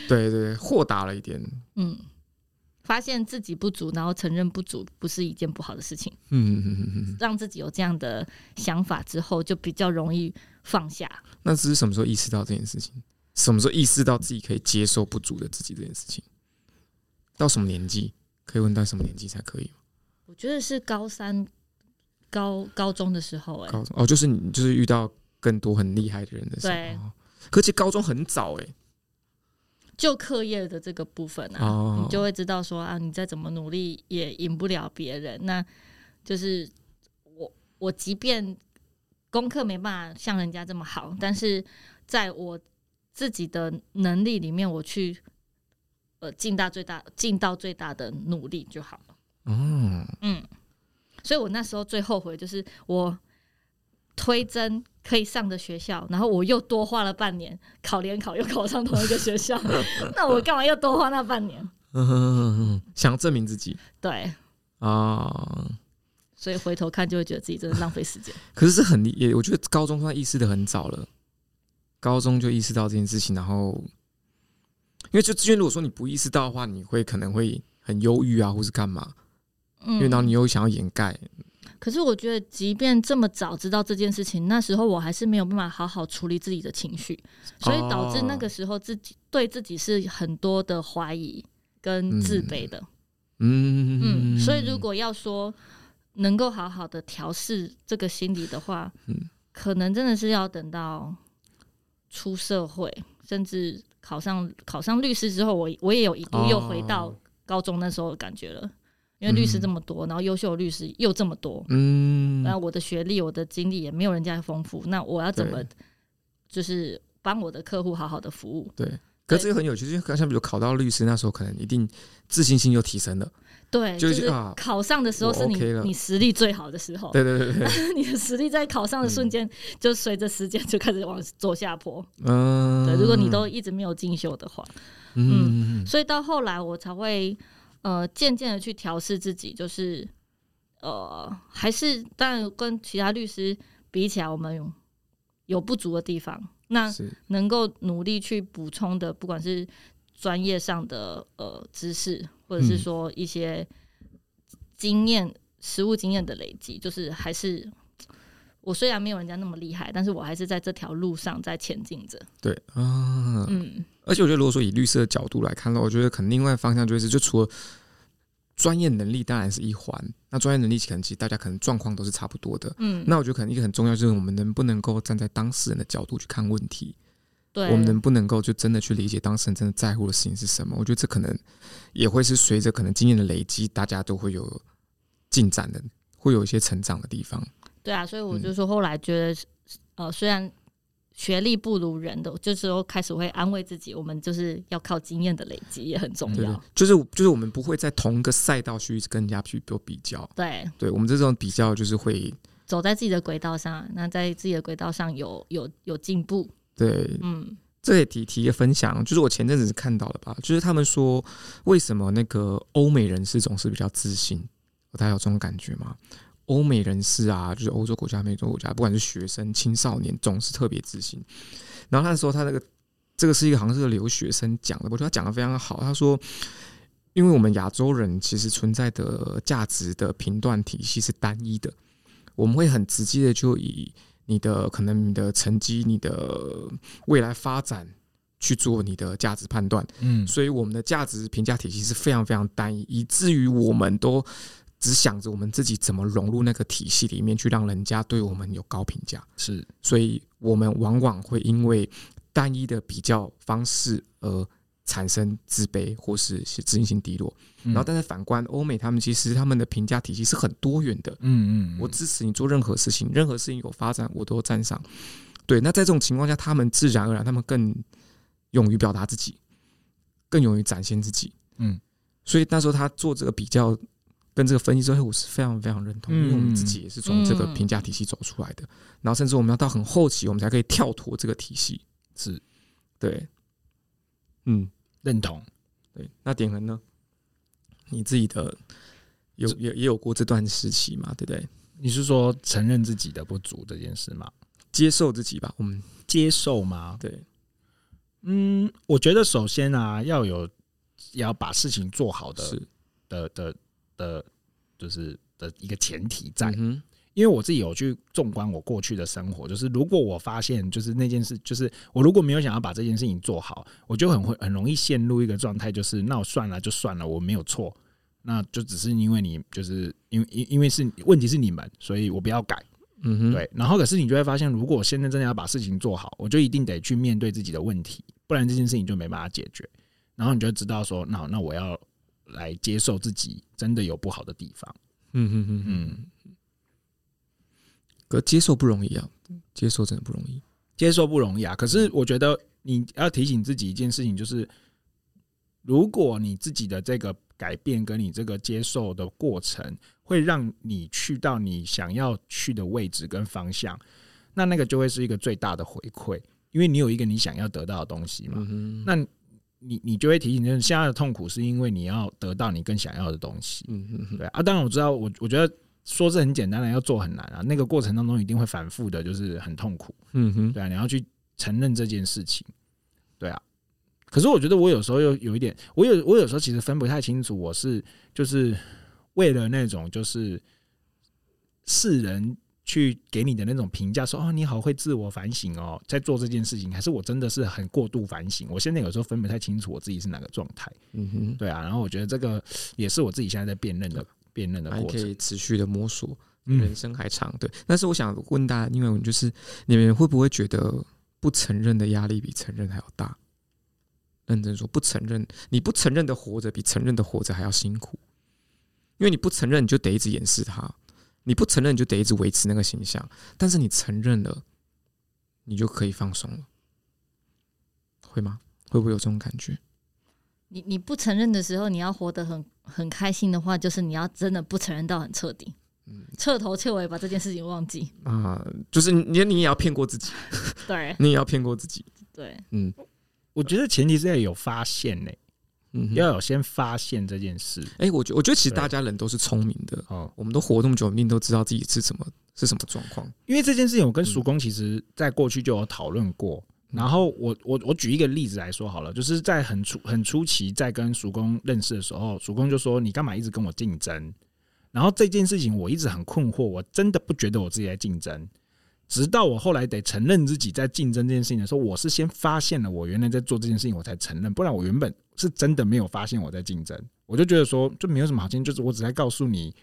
Speaker 3: 对对对，豁达了一点，
Speaker 1: 嗯，发现自己不足，然后承认不足，不是一件不好的事情。
Speaker 3: 嗯嗯嗯嗯嗯。
Speaker 1: 让自己有这样的想法之后，就比较容易放下。
Speaker 3: 那只是什么时候意识到这件事情？什么时候意识到自己可以接受不足的自己这件事情？到什么年纪？可以问到什么年纪才可以吗？
Speaker 1: 我觉得是高三、高高中的时候、哎，
Speaker 3: 高中哦，就是你就是遇到更多很厉害的人的时候。
Speaker 1: 对
Speaker 3: 哦可是高中很早哎、
Speaker 1: 就课业的这个部分啊，
Speaker 3: 哦
Speaker 1: 你就会知道说啊，你再怎么努力也赢不了别人。那就是我，我即便功课没办法像人家这么好，但是在我自己的能力里面，我去呃尽到最大尽到最大的努力就好了。
Speaker 3: 嗯，
Speaker 1: 嗯，所以我那时候最后悔就是我推甄可以上的学校，然后我又多花了半年考联考，又考上同一个学 校，那我干嘛要多花那半年？
Speaker 3: 嗯， 想要证明自己
Speaker 1: 对，
Speaker 3: 啊、
Speaker 1: 所以回头看就会觉得自己真的浪费时间。
Speaker 3: 可是是很厉也，我觉得高中算意识的很早了，高中就意识到这件事情，然后因为就因为如果说你不意识到的话，你会可能会很忧郁啊，或是干嘛，因为然后
Speaker 1: 嗯，
Speaker 3: 你又想要掩盖，
Speaker 1: 可是我觉得，即便这么早知道这件事情，那时候我还是没有办法好好处理自己的情绪，
Speaker 3: 哦
Speaker 1: 所以导致那个时候自己对自己是很多的怀疑跟自卑的。
Speaker 3: 嗯
Speaker 1: 嗯，所以如果要说能够好好的调试这个心理的话，
Speaker 3: 嗯
Speaker 1: 可能真的是要等到出社会，甚至考上考上律师之后，我我也有一度又回到
Speaker 3: 哦
Speaker 1: 高中那时候的感觉了，因为律师这么多，然后优秀的律师又这么多，
Speaker 3: 嗯
Speaker 1: 那、我的学历、我的经历也没有人家丰富，那我要怎么
Speaker 3: 对
Speaker 1: 就是帮我的客户好好的服务？
Speaker 3: 对。可是这个很有趣，就是像比如考到律师那时候，可能一定自信心又提升了。
Speaker 1: 对，
Speaker 3: 就
Speaker 1: 就是是
Speaker 3: 啊
Speaker 1: 考上的时候
Speaker 3: 我
Speaker 1: 是你、
Speaker 3: OK 了
Speaker 1: 你实力最好的时候，
Speaker 3: 对对对对， 对
Speaker 1: 你的实力在考上的瞬间，就随着时间就开始往走下坡。
Speaker 3: 嗯，
Speaker 1: 对，如果你都一直没有进修的话，
Speaker 3: 嗯
Speaker 1: 所以到后来我才会呃渐渐的去调试自己，就是呃还是当然跟其他律师比起来，我们有有不足的地方，那
Speaker 3: 是
Speaker 1: 能够努力去补充的，不管是专业上的呃知识，或者是
Speaker 3: 嗯
Speaker 1: 说一些经验、实务经验的累积，就是还是我虽然没有人家那么厉害，但是我还是在这条路上在前进着。
Speaker 3: 对啊，
Speaker 1: 嗯，
Speaker 3: 而且我觉得，如果说以律师的角度来看的话，我觉得可能另外方向就是，就除了专业能力当然是一环，那专业能力可能其实大家可能状况都是差不多的。
Speaker 1: 嗯，
Speaker 3: 那我觉得可能一个很重要就是我们能不能够站在当事人的角度去看问题，
Speaker 1: 对，
Speaker 3: 我们能不能够就真的去理解当事人真的在乎的事情是什么？我觉得这可能也会是随着可能经验的累积，大家都会有进展的，会有一些成长的地方。
Speaker 1: 对啊，所以我就
Speaker 3: 嗯
Speaker 1: 说后来觉得，呃，虽然学历不如人的，这时候开始会安慰自己，我们就是要靠经验的累积也很重
Speaker 3: 对
Speaker 1: 要。
Speaker 3: 对，就是就是我们不会在同一个赛道去跟人家去做比较，
Speaker 1: 对，
Speaker 3: 对我们这种比较就是会
Speaker 1: 走在自己的轨道上，那在自己的轨道上有有有进步，
Speaker 3: 对
Speaker 1: 嗯
Speaker 3: 这也提提一个分享，就是我前阵子是看到了吧，就是他们说为什么那个欧美人士总是比较自信，大家有这种感觉吗？欧美人士啊，就是欧洲国家、美洲国家，不管是学生、青少年，总是特别自信。然后那时候他那个这个是一个好像是个留学生讲的，我觉得他讲的非常好。他说，因为我们亚洲人其实存在的价值的评断体系是单一的，我们会很直接的就以你的可能你的成绩、你的未来发展去做你的价值判断，
Speaker 2: 嗯
Speaker 3: 所以我们的价值评价体系是非常非常单一，以至于我们都只想着我们自己怎么融入那个体系里面去，让人家对我们有高评价，
Speaker 2: 是
Speaker 3: 所以我们往往会因为单一的比较方式而产生自卑或是自信心低落。
Speaker 2: 嗯
Speaker 3: 然后，但是反观欧美，他们其实他们的评价体系是很多元的，
Speaker 2: 嗯嗯，
Speaker 3: 我支持你做任何事情，任何事情有发展我都赞赏。对，那在这种情况下，他们自然而然，他们更勇于表达自己，更勇于展现自己。
Speaker 2: 嗯，
Speaker 3: 所以那时候他做这个比较跟这个分析之后，我是非常非常认同，
Speaker 2: 嗯
Speaker 3: 因为我们自己也是从这个评价体系走出来的，然后甚至我们要到很后期，我们才可以跳脱这个体系。
Speaker 2: 是
Speaker 3: 对，嗯，
Speaker 2: 认同。
Speaker 3: 对。那点恒呢？你自己的有也也有过这段时期嘛？对不对？
Speaker 2: 你是说承认自己的不足这件事吗？
Speaker 3: 接受自己吧。我们
Speaker 2: 接受吗？
Speaker 3: 对，
Speaker 2: 嗯，我觉得首先啊，要有要把事情做好的
Speaker 3: 是
Speaker 2: 的的的，就是的一个前提在。
Speaker 3: 嗯
Speaker 2: 因为我自己有去纵观我过去的生活，就是如果我发现就是那件事，就是我如果没有想要把这件事情做好，我就很会很容易陷入一个状态，就是那我算了就算了，我没有错，那就只是因为你就是因为因因为是问题是你们，所以我不要改。
Speaker 3: 哼嗯哼，，
Speaker 2: 对，然后可是你就会发现，如果我现在真的要把事情做好，我就一定得去面对自己的问题，不然这件事情就没办法解决。然后你就知道说，那那我要来接受自己真的有不好的地方。
Speaker 3: 嗯哼哼哼，
Speaker 2: 嗯，
Speaker 3: 可接受不容易啊，接受真的不容易。
Speaker 2: 接受不容易啊。可是我觉得你要提醒自己一件事情，就是如果你自己的这个改变跟你这个接受的过程，会让你去到你想要去的位置跟方向，那那个就会是一个最大的回馈，因为你有一个你想要得到的东西嘛。
Speaker 3: 嗯哼，
Speaker 2: 那你你就会提醒，就是现在的痛苦是因为你要得到你更想要的东西。
Speaker 3: 嗯哼哼，
Speaker 2: 对啊，当然我知道，我我觉得说是很简单的，要做很难啊。那个过程当中一定会反复的，就是很痛苦。
Speaker 3: 嗯哼，
Speaker 2: 对啊，你要去承认这件事情，对啊。可是我觉得我有时候又有一点，我有我有时候其实分不太清楚，我是就是为了那种就是世人去给你的那种评价，说哦你好会自我反省哦，在做这件事情，还是我真的是很过度反省？我现在有时候分不太清楚我自己是哪个状态，
Speaker 3: 嗯哼，
Speaker 2: 对啊。然后我觉得这个也是我自己现在在辨认的辨认的
Speaker 3: 还
Speaker 2: 过
Speaker 3: 可
Speaker 2: 程，
Speaker 3: 以持续的摸索，人
Speaker 2: 嗯
Speaker 3: 生还长。对，但是我想问大家，因为我们就是你们会不会觉得不承认的压力比承认还要大？认真说，不承认，你不承认的活着比承认的活着还要辛苦，因为你不承认，你就得一直掩饰它，你不承认，你就得一直维持那个形象。但是你承认了，你就可以放松了，会吗？会不会有这种感觉？
Speaker 1: 你你不承认的时候，你要活得很很开心的话，就是你要真的不承认到很彻底，
Speaker 3: 嗯
Speaker 1: 彻头彻尾把这件事情忘记。
Speaker 3: 啊、就是你，你也要骗过自己，
Speaker 1: 对
Speaker 3: 你也要骗过自己。
Speaker 1: 对，
Speaker 3: 嗯
Speaker 2: 我觉得前提是要有发现呢、
Speaker 3: 嗯哼，
Speaker 2: 要有先发现这件事
Speaker 3: 哎、我觉我觉得其实
Speaker 2: 对
Speaker 3: 大家人都是聪明的，
Speaker 2: 哦。
Speaker 3: 我们都活这么久，一定都知道自己是什么是什么状况。
Speaker 2: 因为这件事情，我跟叔公其实在过去就有讨论过。然后我我我举一个例子来说好了，就是在很初很初期在跟叔公认识的时候，叔公就说：“你干嘛一直跟我竞争？”然后这件事情我一直很困惑，我真的不觉得我自己在竞争。直到我后来得承认自己在竞争这件事情的时候，我是先发现了我原来在做这件事情，我才承认，不然我原本是真的没有发现我在竞争。我就觉得说，就没有什么好竞争，就是我只在告诉你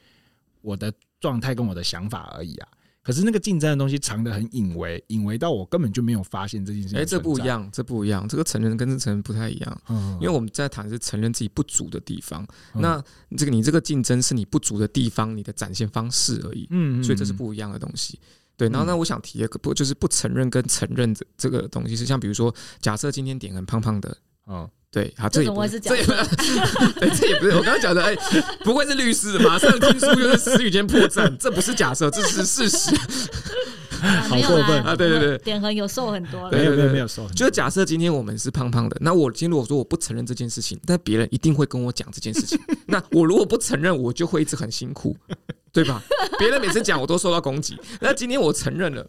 Speaker 2: 我的状态跟我的想法而已啊。可是那个竞争的东西藏得很隐微，隐微到我根本就没有发现这件事情。
Speaker 3: 哎、这不一，样，这不一样，这个承认跟这承认不太一样，
Speaker 2: 嗯，
Speaker 3: 因为我们在谈的是承认自己不足的地方。
Speaker 2: 嗯
Speaker 3: 那这个你这个竞争是你不足的地方，你的展现方式而已，
Speaker 2: 嗯，嗯
Speaker 3: 所以这是，不一样的东西。对，然后呢，
Speaker 2: 嗯
Speaker 3: 我想提一个不就是不承认跟承认这这个东西是像比如说，假设今天点很胖胖的，
Speaker 2: 嗯，
Speaker 3: 对，好，
Speaker 1: 这
Speaker 3: 这也
Speaker 1: 种
Speaker 3: 不
Speaker 1: 我也
Speaker 3: 是
Speaker 1: 是
Speaker 3: 这也不是， 对，这也不是我刚刚讲的，哎、不愧是律师，马上听出就是词语间破绽，这不是假设，这是事实。
Speaker 1: 啊
Speaker 2: 好
Speaker 1: 没有
Speaker 2: 过
Speaker 1: 啦
Speaker 2: 分
Speaker 3: 啊对对对
Speaker 1: 点痕有瘦很多
Speaker 3: 对
Speaker 1: 了。
Speaker 2: 没有没
Speaker 3: 对
Speaker 2: 有
Speaker 3: 对
Speaker 2: 没有说，
Speaker 3: 就是假设今天我们是胖胖的，那我今天如果说我不承认这件事情，但别人一定会跟我讲这件事 情。那我如果不承认，我就会一直很辛苦，对吧？别人每次讲我都受到攻击，那今天我承认了，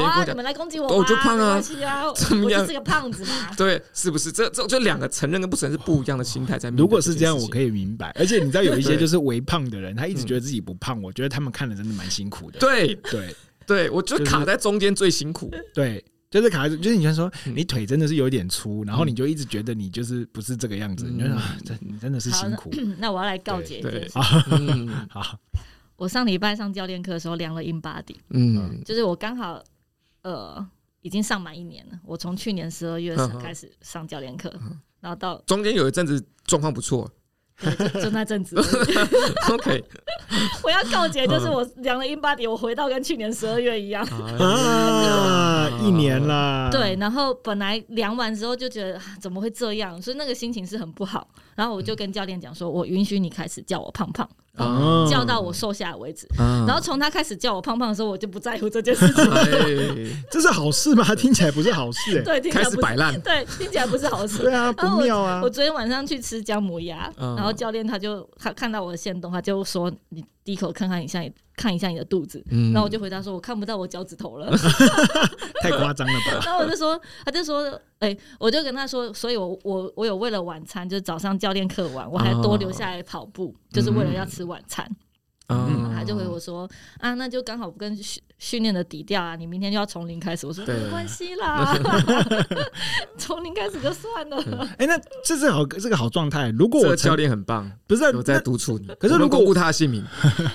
Speaker 1: 好
Speaker 3: 人跟
Speaker 1: 啊，
Speaker 3: 我
Speaker 1: 你
Speaker 3: 讲，
Speaker 1: 们来攻击我吧，
Speaker 3: 哦我就胖啊
Speaker 1: 没关系啊，我
Speaker 3: 怎么样
Speaker 1: 就是个胖子嘛。
Speaker 3: 对，是不是？这这这两个承认跟不承认是不一样的心态在面对
Speaker 2: 如果是这样，我
Speaker 3: 件事情
Speaker 2: 可以明白。而且你知道有一些
Speaker 3: 对
Speaker 2: 就是微胖的人，他一直觉得自己不胖，我觉得他们看了真的蛮辛苦的。
Speaker 3: 对
Speaker 2: 对
Speaker 3: 对，我就
Speaker 2: 就是
Speaker 3: 卡在中间最辛苦。
Speaker 2: 对，就是卡在，就是你先说
Speaker 3: 嗯
Speaker 2: 你腿真的是有点粗，然后
Speaker 3: 嗯
Speaker 2: 你就一直觉得你就是不是这个样子，
Speaker 3: 嗯
Speaker 2: 你就说啊这你真的是辛苦
Speaker 1: 嗯那我要来告解一件
Speaker 3: 对
Speaker 1: 事。
Speaker 3: 嗯
Speaker 2: 啊。
Speaker 1: 我上礼拜上教练课的时候量了 in body，
Speaker 3: 嗯
Speaker 1: 就是我刚好呃已经上满一年了，我从去年十二月
Speaker 3: 嗯嗯
Speaker 1: 开始上教练课，然后到
Speaker 3: 中间有一阵子状况不错
Speaker 1: 对就就那阵子而已，
Speaker 3: ，OK
Speaker 1: 我要告诫，就是我量了 in body，我回到跟去年十二月一样。
Speaker 2: 啊， 一年啦，
Speaker 1: 对，，然后本来量完之后就觉得啊怎么会这样，所以那个心情是很不好。然后我就跟教练讲说，我允许你开始叫我胖胖，
Speaker 2: 嗯
Speaker 3: 啊
Speaker 1: 叫到我瘦下来为止。
Speaker 3: 啊
Speaker 1: 然后从他开始叫我胖胖的时候，我就不在乎这件事 情。
Speaker 3: 哎
Speaker 2: 这是好事吗？听起来不是好事哎、
Speaker 1: 对，听起
Speaker 3: 开
Speaker 1: 来
Speaker 3: 始
Speaker 1: 不
Speaker 3: 摆烂
Speaker 1: 是，对，听起来不是好事
Speaker 2: 对。啊，不妙啊
Speaker 1: 我！昨天晚上去吃姜母鸭，
Speaker 3: 嗯
Speaker 1: 然后教练他就他看到我的线动，他就说：“你第一口看看一下你，看一下你的肚子。”
Speaker 3: 嗯
Speaker 1: 然后我就回答说：“我看不到我脚趾头了。
Speaker 2: 太夸张了吧？”
Speaker 1: 然后我就说，他就说：“哎、我就跟他说，所以我我我有为了晚餐，就是早上教练课完，我还
Speaker 3: 哦
Speaker 1: 多留下来跑步，就是为了要吃晚餐。然后
Speaker 3: 啊
Speaker 1: 嗯他就回我说：“啊，那就刚好跟训训练的底调啊，你明天就要从零开始。”我说：“
Speaker 3: 对
Speaker 1: 没关系 啦，从零开始就算了。”
Speaker 3: 嗯
Speaker 2: 哎、那这是好，这个好状态。如果
Speaker 3: 这
Speaker 2: 我
Speaker 3: 个
Speaker 2: 曾
Speaker 3: 教练很棒，
Speaker 2: 不是啊
Speaker 3: 有在
Speaker 2: 那
Speaker 3: 督促你。
Speaker 2: 可是
Speaker 3: 我们
Speaker 2: 如果
Speaker 3: 公布他的姓 名，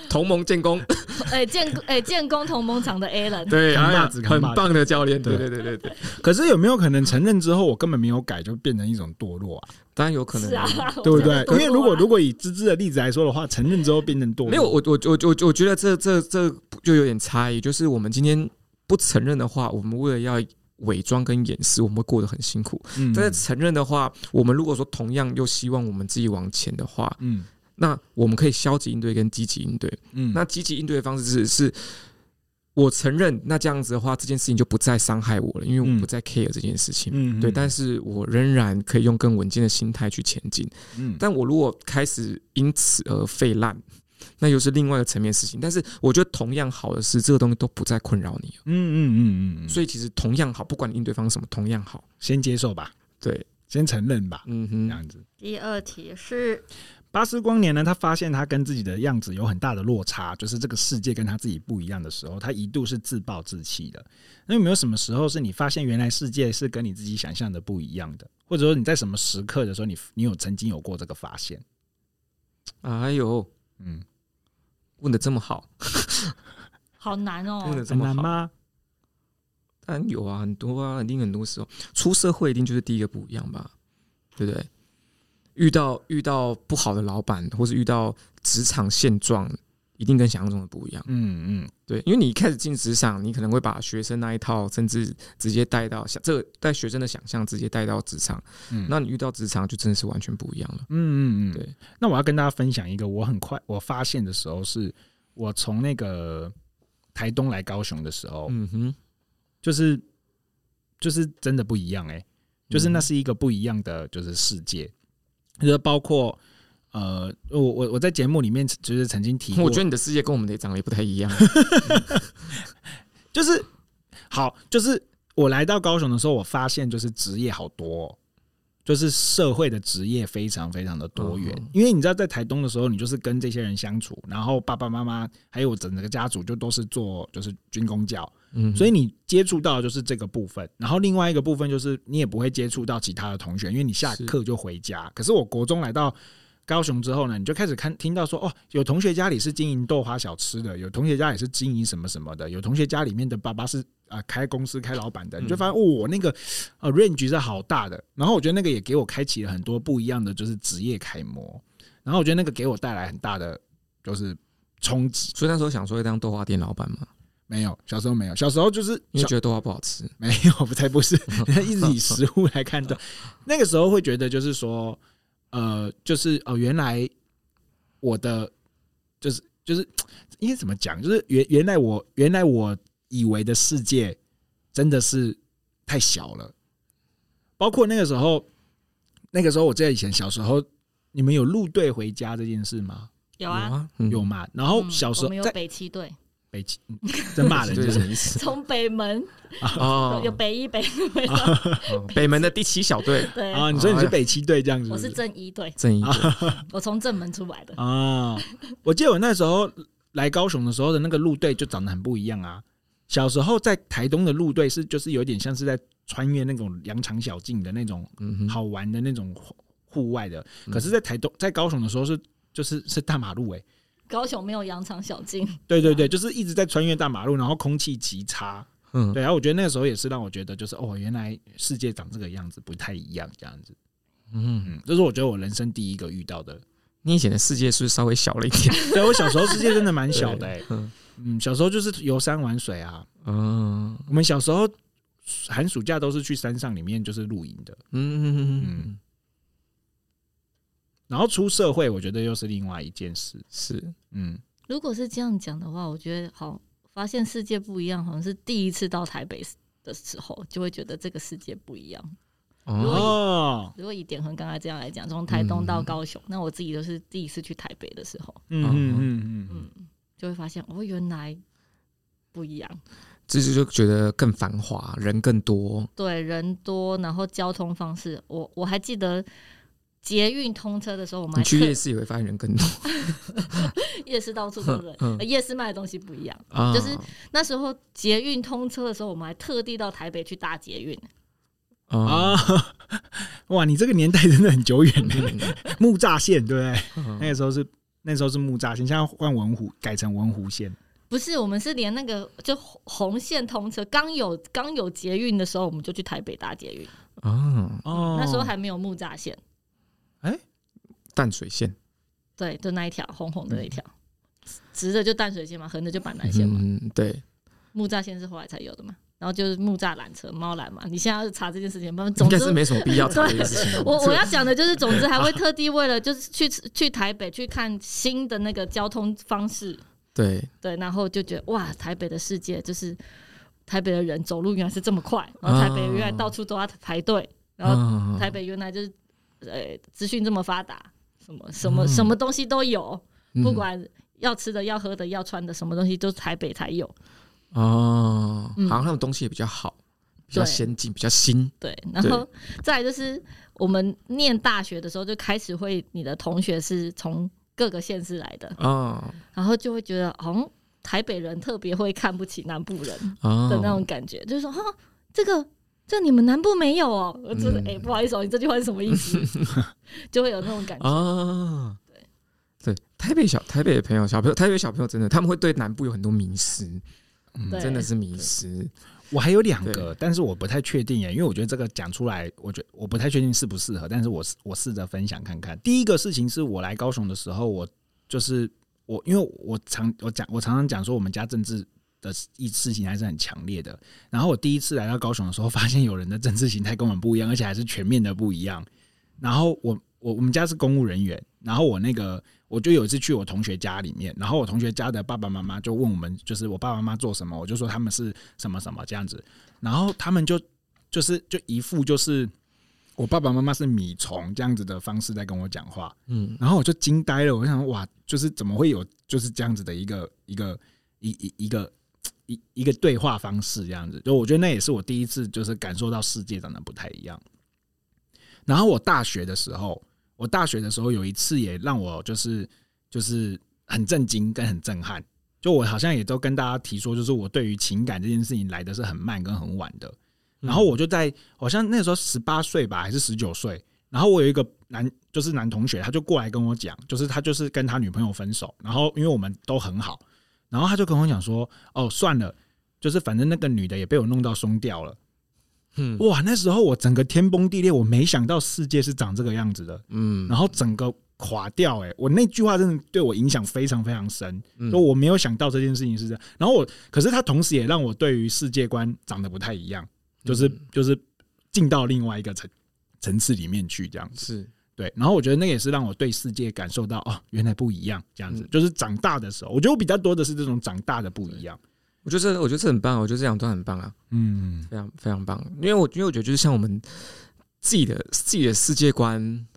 Speaker 3: 同盟建功，
Speaker 1: 哎、建哎、建工同盟厂的 Alan，
Speaker 3: 对，
Speaker 2: 扛
Speaker 3: 哎呀
Speaker 2: 把子扛
Speaker 3: 很
Speaker 2: 把子
Speaker 3: 棒的教练，对
Speaker 2: 对
Speaker 3: 对对对对，
Speaker 2: 可是有没有可能承认之后，我根本没有改，就变成一种堕落啊？
Speaker 3: 当然有可能
Speaker 1: 是啊，
Speaker 2: 对不对？因为如果如
Speaker 1: 果
Speaker 2: 果以芝芝的例子来说的话，承认之后变成堕落，
Speaker 3: 没有，我我我我我觉得这这这就有点差异，就是我们今天不承认的话，我们为了要伪装跟掩饰，我们会过得很辛苦。
Speaker 2: 嗯，
Speaker 3: 但是承认的话，我们如果说同样又希望我们自己往前的话，
Speaker 2: 嗯
Speaker 3: 那我们可以消极应对跟积极应对。
Speaker 2: 嗯，
Speaker 3: 那积极应对的方式是是。我承认，那这样子的话，这件事情就不再伤害我了，因为我
Speaker 2: 嗯
Speaker 3: 不再 care 这件事情。
Speaker 2: 嗯
Speaker 3: 对，但是我仍然可以用更稳健的心态去前进。
Speaker 2: 嗯
Speaker 3: 但我如果开始因此而废烂，那又是另外一个层面事情。但是我觉得同样好的是，这个东西都不再困扰你了。
Speaker 2: 嗯嗯嗯嗯，
Speaker 3: 所以其实同样好，不管你应对方式什么，同样好。
Speaker 2: 先接受吧，
Speaker 3: 对，
Speaker 2: 先承认吧，
Speaker 3: 嗯
Speaker 2: 这
Speaker 3: 哼，
Speaker 2: 样子。
Speaker 1: 第二题是
Speaker 2: 巴斯光年呢，他发现他跟自己的样子有很大的落差，就是这个世界跟他自己不一样的时候，他一度是自暴自弃的。那有没有什么时候是你发现原来世界是跟你自己想象的不一样的？或者说你在什么时刻的时候你，你有曾经有过这个发现？
Speaker 3: 哎呦，
Speaker 2: 嗯，
Speaker 3: 问的这么好，
Speaker 1: 好难哦、
Speaker 3: 问的这
Speaker 2: 很
Speaker 3: 么
Speaker 2: 难
Speaker 3: 好，
Speaker 2: 吗？
Speaker 3: 当然有啊，很多啊，一定很多时候出社会一定就是第一个不一样吧，对不对？遇到遇到不好的老板，或是遇到职场现状，一定跟想象中的不一样。
Speaker 2: 嗯嗯
Speaker 3: 对，因为你一开始进职场，你可能会把学生那一套，甚至直接带到想这个带学生的想象直接带到职场。
Speaker 2: 嗯
Speaker 3: 那你遇到职场就真的是完全不一样了。
Speaker 2: 嗯嗯嗯，
Speaker 3: 对。
Speaker 2: 那我要跟大家分享一个我很快我发现的时候是，我从那个台东来高雄的时候，
Speaker 3: 嗯哼，
Speaker 2: 就是就是真的不一样哎、
Speaker 3: 嗯
Speaker 2: 就是那是一个不一样的就是世界，就是包括呃，我我我在节目里面就是曾经提过，
Speaker 3: 我觉得你的世界跟我们的长得也不太一样。
Speaker 2: 就是好，就是我来到高雄的时候，我发现就是职业好多哦、就是社会的职业非常非常的多元
Speaker 3: 嗯。
Speaker 2: 因为你知道，在台东的时候，你就是跟这些人相处，然后爸爸妈妈还有我整个家族就都是做就是军工教，
Speaker 3: 嗯哼，
Speaker 2: 所以你接触到的就是这个部分，然后另外一个部分就是你也不会接触到其他的同学，因为你下课就回家。可是我国中来到高雄之后呢，你就开始看听到说，哦，有同学家里是经营豆花小吃的，有同学家里是经营什么什么的，有同学家里面的爸爸是啊、呃开公司开老板的，你
Speaker 3: 嗯
Speaker 2: 就发现哦，我那个呃 range 是好大的。然后我觉得那个也给我开启了很多不一样的就是职业楷模，然后我觉得那个给我带来很大的就是冲击。
Speaker 3: 所以那时候想说要当豆花店老板嘛，
Speaker 2: 没有，小时候没有，小时候就是
Speaker 3: 因
Speaker 2: 小
Speaker 3: 为觉得豆花不好吃。
Speaker 2: 没有，不才不 是，一直以食物来看的。那个时候会觉得就是说，呃，就是哦、原来我的就是就是应该怎么讲？就是原原来我原来我以为的世界真的是太小了。包括那个时候，那个时候我记得以前小时候，你们有路队回家这件事吗？
Speaker 1: 有啊，，
Speaker 3: 嗯
Speaker 2: 有嘛？然后
Speaker 1: 嗯
Speaker 2: 小时
Speaker 1: 我
Speaker 2: 候
Speaker 1: 们有
Speaker 2: 在
Speaker 1: 北七队，
Speaker 2: 北京，嗯真骂人
Speaker 3: 对
Speaker 2: 就
Speaker 3: 什
Speaker 2: 是
Speaker 3: 么意 思？
Speaker 1: 从北门、
Speaker 3: 哦
Speaker 1: 有，北一、北二、北三
Speaker 3: 哦北门的第七小队，啊
Speaker 1: 对，
Speaker 2: 啊，你说
Speaker 3: 哎
Speaker 2: 你是北七队这样子，
Speaker 1: 我是正一队，
Speaker 3: 正义队
Speaker 1: 我从正门出来的。
Speaker 2: 啊，我记得我那时候来高雄的时候的那个路队就长得很不一样啊。小时候在台东的路队是就是有点像是在穿越那种羊肠小径的那种
Speaker 3: 嗯哼，
Speaker 2: 好玩的那种户户外的，
Speaker 3: 嗯
Speaker 2: 可是，在台东在高雄的时候是就是是大马路哎、
Speaker 1: 高雄没有羊肠小径，
Speaker 2: 对对
Speaker 3: 啊
Speaker 2: 对，就是一直在穿越大马路，然后空气极差。
Speaker 3: 嗯，
Speaker 2: 对，然后我觉得那个时候也是让我觉得就是哦，原来世界长这个样子不太一样这样子。
Speaker 3: 嗯，
Speaker 2: 嗯，这是我觉得我人生第一个遇到的。
Speaker 3: 你以前的世界是不是稍微小了一点？
Speaker 2: 对我小时候世界真的蛮小的哎、
Speaker 3: 嗯
Speaker 2: 嗯，小时候就是游山玩水啊，
Speaker 3: 嗯
Speaker 2: 我们小时候寒暑
Speaker 3: 嗯
Speaker 2: 假都是去山上里面就是露营的。
Speaker 3: 嗯嗯嗯
Speaker 2: 嗯
Speaker 3: 嗯，
Speaker 2: 然后出社会，我觉得又是另外一件事。
Speaker 3: 是
Speaker 2: 嗯，
Speaker 1: 如果是这样讲的话，我觉得好发现世界不一样，好像是第一次到台北的时候，就会觉得这个世界不一样。如果
Speaker 3: 哦，
Speaker 2: 哦，
Speaker 1: 如果以点恒刚才这样来讲，从台东到高雄，那我自己都是第一次去台北的时候，
Speaker 2: 嗯嗯嗯嗯，
Speaker 1: 嗯，就会发现哦，原来不一样。
Speaker 3: 这就就觉得更繁华，人更多，
Speaker 1: 对，人多，然后交通方式，我我还记得捷运通车的时候，我们还
Speaker 3: 你去
Speaker 1: 特
Speaker 3: 夜市也会发现人更多
Speaker 1: 夜市到处都是人，
Speaker 3: 嗯
Speaker 1: 呃夜市卖的东西不一样。
Speaker 3: 啊
Speaker 1: 就是那时候捷运通车的时候，我们还特地到台北去搭捷运。嗯
Speaker 3: 啊，
Speaker 2: 啊，哇，你这个年代真的很久远呢。
Speaker 3: 嗯
Speaker 2: 木栅线对不对？
Speaker 3: 嗯
Speaker 2: 那个时候是那时候是木栅线，现在换文湖，改成文湖线。
Speaker 1: 不是，我们是连那个就红红线通车，刚有刚有捷运的时候，我们就去台北搭捷运。
Speaker 3: 啊，
Speaker 1: 嗯
Speaker 2: 哦
Speaker 1: 那时候还没有木栅线，
Speaker 3: 淡水线，
Speaker 1: 对，就那一条红红的那一条，直的就淡水线嘛，横的就板南线嘛。
Speaker 3: 嗯嗯，对，
Speaker 1: 木栅线是后来才有的嘛，然后就是木栅缆车、猫缆嘛。你现在要查这件事情，反正
Speaker 3: 应
Speaker 1: 总
Speaker 3: 该
Speaker 1: 之
Speaker 3: 是没什么必要查这件事 情。
Speaker 1: 我我要讲的就是，总之还会特地为了就是去去台北去看新的那个交通方式，
Speaker 3: 对，
Speaker 1: 对，然后就觉得哇，台北的世界就是台北的人走路原来是这么快，然后台北原来到处都要排队，然后
Speaker 3: 后
Speaker 1: 台北原来就是呃资讯这么发达，什么什么什么东西都有，
Speaker 3: 嗯
Speaker 1: 不管要吃的、要喝的、要穿的，什么东西都台北才有，
Speaker 3: 哦，
Speaker 1: 嗯
Speaker 3: 好像他们东西也比较好，比较
Speaker 1: 对
Speaker 3: 先进，比较新，
Speaker 1: 对，然后再来就是我们念大学的时候就开始会，你的同学是从各个县市来的。
Speaker 3: 哦
Speaker 1: 然后就会觉得好像台北人特别会看不起南部人
Speaker 3: 哦
Speaker 1: 的那种感觉，就是说哈，这个这你们南部没有哦，我真的
Speaker 3: 嗯
Speaker 1: 哎、不好意思、哦，你这句话是什么意 思？就会有那种感觉。
Speaker 3: 啊，对台北小台北的朋友小朋友台北小朋友真的他们会对南部有很多迷失，
Speaker 1: 对，
Speaker 3: 真的是迷失。
Speaker 2: 我还有两个，但是我不太确定耶，因为我觉得这个讲出来，我觉我不太确定适不适合，但是我试我试着分享看看。第一个事情是我来高雄的时候，我就是我，因为我常我讲我常常讲说我们家政治。的意事情还是很强烈的。然后我第一次来到高雄的时候，发现有人的政治形态跟我们不一样，而且还是全面的不一样。然后我我我们家是公务人员，然后我那个我就有一次去我同学家里面，然后我同学家的爸爸妈妈就问我们，就是我爸爸妈妈做什么，我就说他们是什么什么这样子，然后他们就就是就一副就是我爸爸妈妈是米虫这样子的方式在跟我讲话，
Speaker 3: 嗯，
Speaker 2: 然后我就惊呆了，我想哇，就是怎么会有就是这样子的一个一个一一一个一一个对话方式这样子，就我觉得那也是我第一次就是感受到世界长得不太一样。然后我大学的时候，我大学的时候有一次也让我就是就是很震惊跟很震撼，就我好像也都跟大家提说，就是我对于情感这件事情来的是很慢跟很晚的。然后我就在好像那时候十八岁吧，还是十九岁，然后我有一个男，就是男同学，他就过来跟我讲，就是他就是跟他女朋友分手，然后因为我们都很好，然后他就跟我讲说，哦，算了，就是反正那个女的也被我弄到松掉了。
Speaker 3: 嗯
Speaker 2: 哇，那时候我整个天崩地裂，我没想到世界是长这个样子的，
Speaker 3: 嗯
Speaker 2: 然后整个垮掉、欸。哎，我那句话真的对我影响非常非常深，
Speaker 3: 嗯
Speaker 2: 就我没有想到这件事情是这样。然后我，可是他同时也让我对于世界观长得不太一样，就是
Speaker 3: 嗯
Speaker 2: 就是进到另外一个层层次里面去这样子。
Speaker 3: 是
Speaker 2: 对，然后我觉得那个也是让我对世界感受到哦，原来不一样这样子。
Speaker 3: 嗯
Speaker 2: 就是长大的时候，我觉得我比较多的是这种长大的不一样。
Speaker 3: 我觉得这我觉得这很棒，我觉得这两段很棒啊，
Speaker 2: 嗯，
Speaker 3: 非常非常棒。因为我因为我觉得就是像我们自己的自己的世界观。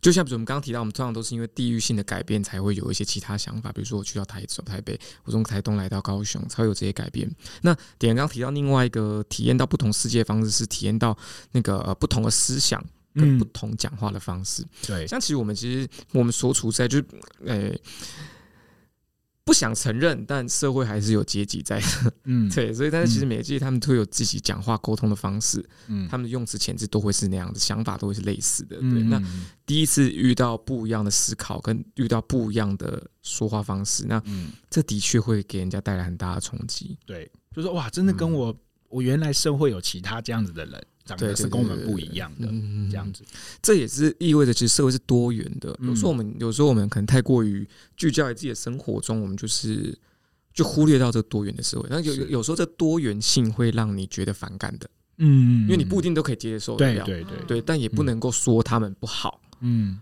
Speaker 3: 就像比如我们刚刚提到，我们通常都是因为地域性的改变，才会有一些其他想法。比如说，我去到台中、台北，我从台东来到高雄，才会有这些改变。那点刚刚提到另外一个体验到不同世界的方式，是体验到那个、呃、不同的思想跟
Speaker 2: 嗯
Speaker 3: 不，同讲话的方式。
Speaker 2: 对，
Speaker 3: 像其实我们其实我们所处在就是，呃、不想承认，但社会还是有阶级在，
Speaker 2: 嗯，
Speaker 3: 对，所以但是其实每个阶级他们都有自己讲话沟通的方式，
Speaker 2: 嗯，
Speaker 3: 他们的用词遣词都会是那样的，想法都会是类似的。对，
Speaker 2: 嗯，
Speaker 3: 那
Speaker 2: 嗯
Speaker 3: 第一次遇到不一样的思考，跟遇到不一样的说话方式，那
Speaker 2: 嗯，
Speaker 3: 这的确会给人家带来很大的冲击。
Speaker 2: 对，就是哇，真的跟我、我原来社会有其他这样子的人，长
Speaker 3: 嗯对
Speaker 2: 得
Speaker 3: 对
Speaker 2: 是跟我们不一样的，
Speaker 3: 嗯
Speaker 2: 这样子。
Speaker 3: 这也是意味着，其实社会是多元的。
Speaker 2: 嗯
Speaker 3: 有时候我们，有时候我们可能太过于聚焦于自己的生活中，我们就是就忽略到这多元的社会。那有
Speaker 2: 是
Speaker 3: 有有时候这多元性会让你觉得反感的，
Speaker 2: 嗯
Speaker 3: 因为你不一定都可以接受得
Speaker 2: 对嗯
Speaker 3: 了，
Speaker 2: 对对
Speaker 3: 对但也不能够说他们不好。
Speaker 2: 嗯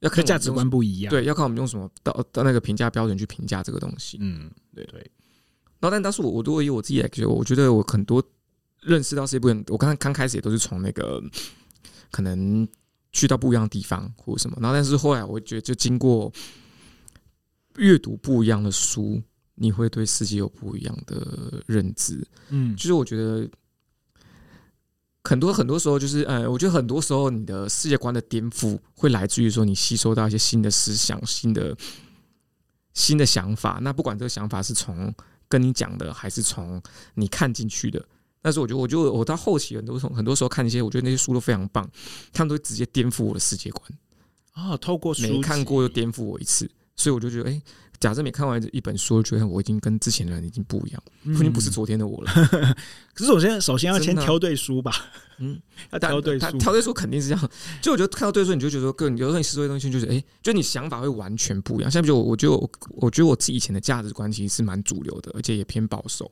Speaker 3: 要
Speaker 2: 这
Speaker 3: 看
Speaker 2: 价值
Speaker 3: 我们
Speaker 2: 观不一样。
Speaker 3: 用，对，要看我们用什么到到那个评价标准去评价这个东西。
Speaker 2: 嗯，
Speaker 3: 对
Speaker 2: 对，
Speaker 3: 然后，但当时我我如果以我自己来觉得，我觉得我很多认识到这部分，我刚刚开始也都是从那个可能去到不一样的地方或什么，然后但是后来我觉得就经过阅读不一样的书，你会对世界有不一样的认知。
Speaker 2: 嗯
Speaker 3: 就是我觉得很多很多时候，就是呃，我觉得很多时候你的世界观的颠覆会来自于说你吸收到一些新的思想、新的新的想法。那不管这个想法是从跟你讲的，还是从你看进去的。但是我觉得，我就我到后期很多时候，很多时候看一些，我觉得那些书都非常棒，他们都会直接颠覆我的世界观。
Speaker 2: 啊，透过书
Speaker 3: 嗯没
Speaker 2: 籍
Speaker 3: 看过又颠覆我一次，所以我就觉得，哎、假设没看完一本书，我觉得我已经跟之前的人已经不一样，我已经不是
Speaker 2: 嗯
Speaker 3: 昨天的我了。
Speaker 2: 可是我先首先要先
Speaker 3: 真的啊
Speaker 2: 挑对书吧，
Speaker 3: 嗯，
Speaker 2: 要
Speaker 3: 但
Speaker 2: 挑对
Speaker 3: 他
Speaker 2: 书，
Speaker 3: 挑对书肯定是这样。 就我觉得看到对书，你就觉得说，个人有时候你吸收一些东西，就是哎、诶就你想法会完全不一样。像比如我，我觉得我，我觉得我自己以前的价值观其实是蛮主流的，而且也偏保守。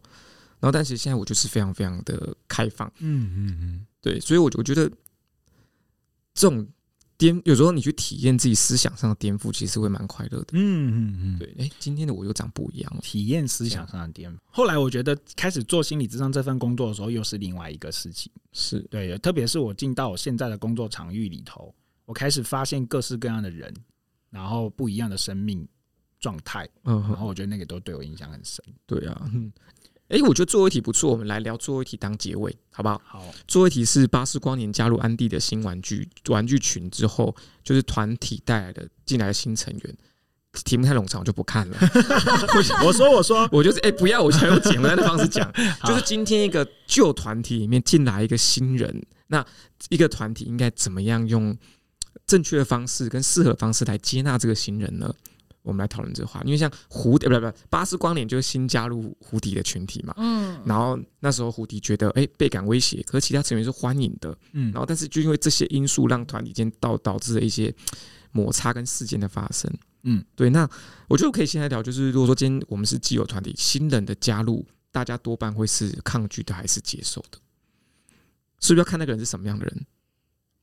Speaker 3: 然后，但是现在我就是非常非常的开放，
Speaker 2: 嗯嗯嗯，
Speaker 3: 对，所以我就我觉得这种颠，有时候你去体验自己思想上的颠覆，其实会蛮快乐的。
Speaker 2: 嗯嗯嗯，
Speaker 3: 对，哎、今天的我又长不一样了。
Speaker 2: 体验思想上的颠覆。后来我觉得开始做心理智商这份工作的时候，又是另外一个事情。
Speaker 3: 是，
Speaker 2: 对，特别是我进到我现在的工作场域里头，我开始发现各式各样的人，然后不一样的生命状态，
Speaker 3: 嗯
Speaker 2: 然后
Speaker 3: 哼，
Speaker 2: 我觉得那个都对我影响很深。
Speaker 3: 对啊，嗯。哎、我觉得最后一题不错，我们来聊最后一题当结尾，好不好？
Speaker 2: 好，
Speaker 3: 最后一题是巴斯光年加入安迪的新玩具玩具群之后，就是团体带来的进来的新成员。题目太冗长，我就不看了。
Speaker 2: 我说我 说，
Speaker 3: 我就是哎、不要，我想用简单的方式讲，
Speaker 2: 好
Speaker 3: 就是今天一个旧团体里面进来一个新人，那一个团体应该怎么样用正确的方式跟适合的方式来接纳这个新人呢？我们来讨论这个话，因为像胡呃不不不，巴斯光年就是新加入胡迪的群体嘛。
Speaker 1: 嗯，
Speaker 3: 然后那时候胡迪觉得哎、倍感威胁，可是其他成员是欢迎的，
Speaker 2: 嗯
Speaker 3: 然，后但是就因为这些因素，让团体间导导致了一些摩擦跟事件的发生。
Speaker 2: 嗯，
Speaker 3: 对。那我觉得可以先来聊，就是如果说今天我们是既有团体，新人的加入，大家多半会是抗拒的还是接受的？是不是要看那个人是什么样的人？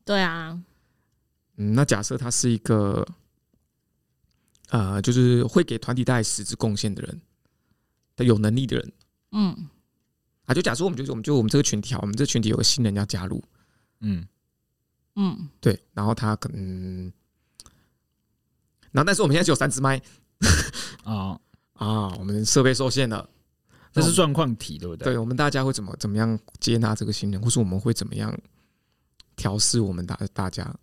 Speaker 1: 对啊，
Speaker 3: 嗯，那假设他是一个，呃，就是会给团体带来实质贡献的人，有能力的人
Speaker 1: 嗯，
Speaker 3: 啊。就假设我们就我们就我们这个群体好，我们这个群体有个新人要加入，
Speaker 2: 嗯，
Speaker 1: 嗯，
Speaker 3: 对，然后他可能，嗯然后但是我们现在只有三支麦
Speaker 2: 哦，
Speaker 3: 啊，我们设备受限了，
Speaker 2: 这是
Speaker 3: 说，
Speaker 2: 状况题，对不对？
Speaker 3: 对，我们大家会怎么怎么样接纳这个新人，或是我们会怎么样调试我们大大家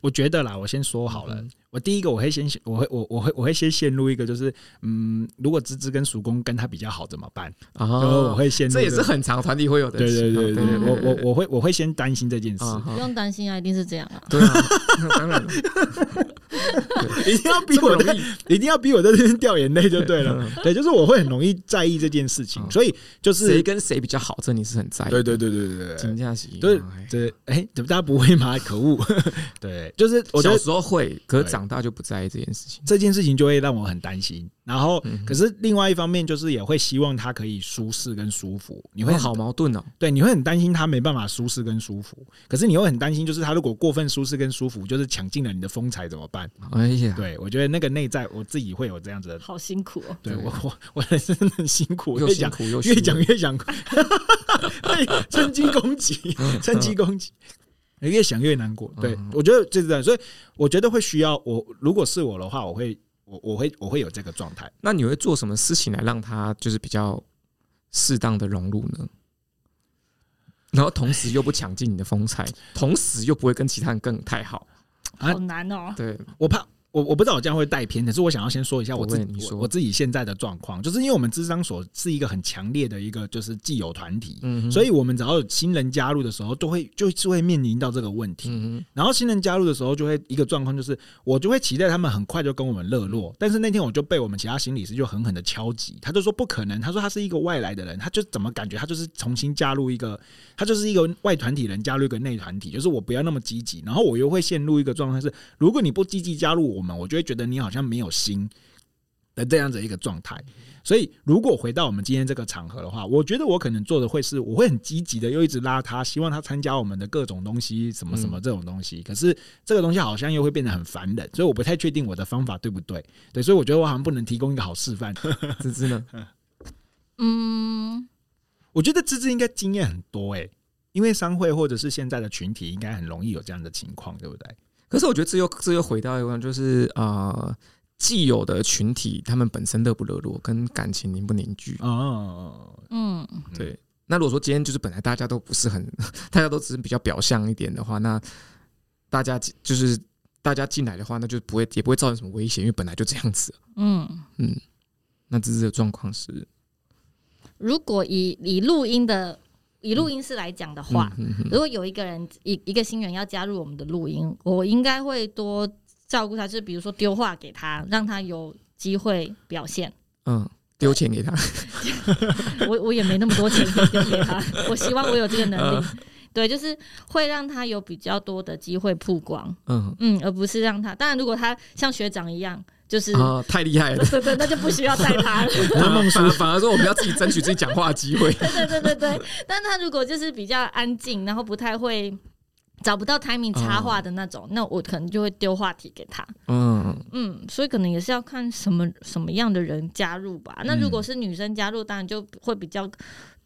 Speaker 2: 我觉得啦，我先说好了
Speaker 3: 嗯。
Speaker 2: 我第一个我会先，我会我我会我会先陷入一个就是，嗯，如果芝芝跟叔公跟他比较好怎么办？
Speaker 3: 啊？
Speaker 2: 然后哦我会陷入
Speaker 3: 这也是
Speaker 2: 个
Speaker 3: 很常团体会有的
Speaker 2: 对对
Speaker 3: 情况，
Speaker 2: 对对
Speaker 3: 对
Speaker 2: 对，我
Speaker 3: 对
Speaker 2: 我我会我会先担心这件事，
Speaker 3: 啊
Speaker 1: 不
Speaker 3: 哈
Speaker 1: 用担心啊，一定是这样啊。
Speaker 3: 对啊，当然了
Speaker 2: 一定要逼
Speaker 3: 这么
Speaker 2: 我
Speaker 3: 容
Speaker 2: 在
Speaker 3: 易，
Speaker 2: 一定要逼我在这边掉眼泪就对了。对，就是我会很容易在意这件事情，
Speaker 3: 嗯
Speaker 2: 所以就是
Speaker 3: 谁跟谁比较好，这你是很在意的。
Speaker 2: 对对对对对对
Speaker 3: 评
Speaker 2: 对
Speaker 3: 价是一
Speaker 2: 对
Speaker 3: 样。哎
Speaker 2: 对，哎，怎么大家不会吗？ 可恶！对，就是我觉
Speaker 3: 小
Speaker 2: 得
Speaker 3: 时候会，可是
Speaker 2: 对
Speaker 3: 长大就不在意这件事情。
Speaker 2: 这件事情就会让我很担心。然后
Speaker 3: 嗯，
Speaker 2: 可是另外一方面就是也会希望他可以舒适跟舒服，你
Speaker 3: 你
Speaker 2: 会
Speaker 3: 会
Speaker 2: 很
Speaker 3: 好矛盾哦。
Speaker 2: 对，你会很担心他没办法舒适跟舒服，可是你又很担心，就是他如果过分舒适跟舒服，就是抢尽了你的风采怎么办？
Speaker 3: 哎呀，
Speaker 2: 对我觉得那个内在我自己会有这样子的，
Speaker 1: 好辛苦哦，
Speaker 2: 对
Speaker 3: 对
Speaker 2: 我 我我人生很辛苦，我
Speaker 3: 又
Speaker 2: 在讲
Speaker 3: 辛苦又
Speaker 2: 越
Speaker 3: 虚
Speaker 2: 讲
Speaker 3: 弱
Speaker 2: 越想， 对，趁机攻击， 趁机攻击，越想越难过。对
Speaker 3: 嗯，
Speaker 2: 我觉得就是这样，所以我觉得会需要我，如果是我的话，我会，我我会我会有这个状态。
Speaker 3: 那你会做什么事情来让他就是比较适当的融入呢？然后同时又不抢尽你的风采，同时又不会跟其他人更太好。
Speaker 2: 啊
Speaker 1: 好难哦。
Speaker 3: 对，
Speaker 2: 我怕。我我不知道我这样会带偏，可是我想要先说一下我自
Speaker 3: 不会你
Speaker 2: 己
Speaker 3: 说
Speaker 2: 我我自己现在的状况，就是因为我们智商所是一个很强烈的一个就是既有团体，
Speaker 3: 嗯哼
Speaker 2: 所以我们只要有新人加入的时候，都会就是会面临到这个问题。
Speaker 3: 嗯
Speaker 2: 然后新人加入的时候，就会一个状况就是，我就会期待他们很快就跟我们热络，但是那天我就被我们其他心理师就狠狠的敲击，他就说不可能，他说他是一个外来的人，他就怎么感觉他就是重新加入一个，他就是一个外团体人加入一个内团体，就是我不要那么积极，然后我又会陷入一个状态是，如果你不积极加入我们，我就会觉得你好像没有心。的这样子一个状态。所以，如果回到我们今天这个场合的话，我觉得我可能做的会是，我会很积极的，又一直拉他，希望他参加我们的各种东西，什么什么这种东西。可是这个东西好像又会变得很烦人，所以我不太确定我的方法对不对。对，所以我觉得我好像不能提供一个好示范。
Speaker 3: 芝芝呢？
Speaker 1: 嗯，
Speaker 2: 我觉得芝芝应该经验很多诶、因为商会或者是现在的群体，应该很容易有这样的情况，对不对？
Speaker 3: 可是我觉得这又这又回到一个问题就是呃，既有的群体他们本身热不热络，跟感情凝不凝聚。
Speaker 2: 哦，
Speaker 1: 嗯，
Speaker 3: 对，那如果说今天就是本来大家都不是很，大家都只是比较表象一点的话，那大家进就是大家进来的话，那就不会也不会造成什么危险，因为本来就这样子。啊
Speaker 1: 嗯，
Speaker 3: 那这次的状况是，
Speaker 1: 如果以以录音的以录音室来讲的话，
Speaker 3: 嗯嗯
Speaker 1: 如果有一个人一一个新人要加入我们的录音，我应该会多照顾他，就是比如说丢话给他，让他有机会表现。
Speaker 3: 嗯，丢钱给他，
Speaker 1: 我我也没那么多钱可以丢给他， 我希望我有这个能力。对，就是会让他有比较多的机会曝光，
Speaker 3: 嗯
Speaker 1: 嗯，而不是让他。当然，如果他像学长一样，就是、
Speaker 3: 啊，太厉害了。
Speaker 1: 对对，那就不需要带他了。
Speaker 3: 反而反而反而说我们要自己争取自己讲话的机 会。
Speaker 1: 对对对对，但他如果就是比较安静，然后不太会找不到 timing 插话的那种，那我可能就会丢话题给他。
Speaker 3: 嗯，
Speaker 1: 嗯，所以可能也是要看什么什么样的人加入吧。那
Speaker 3: 嗯
Speaker 1: 如果是女生加入，当然就会比较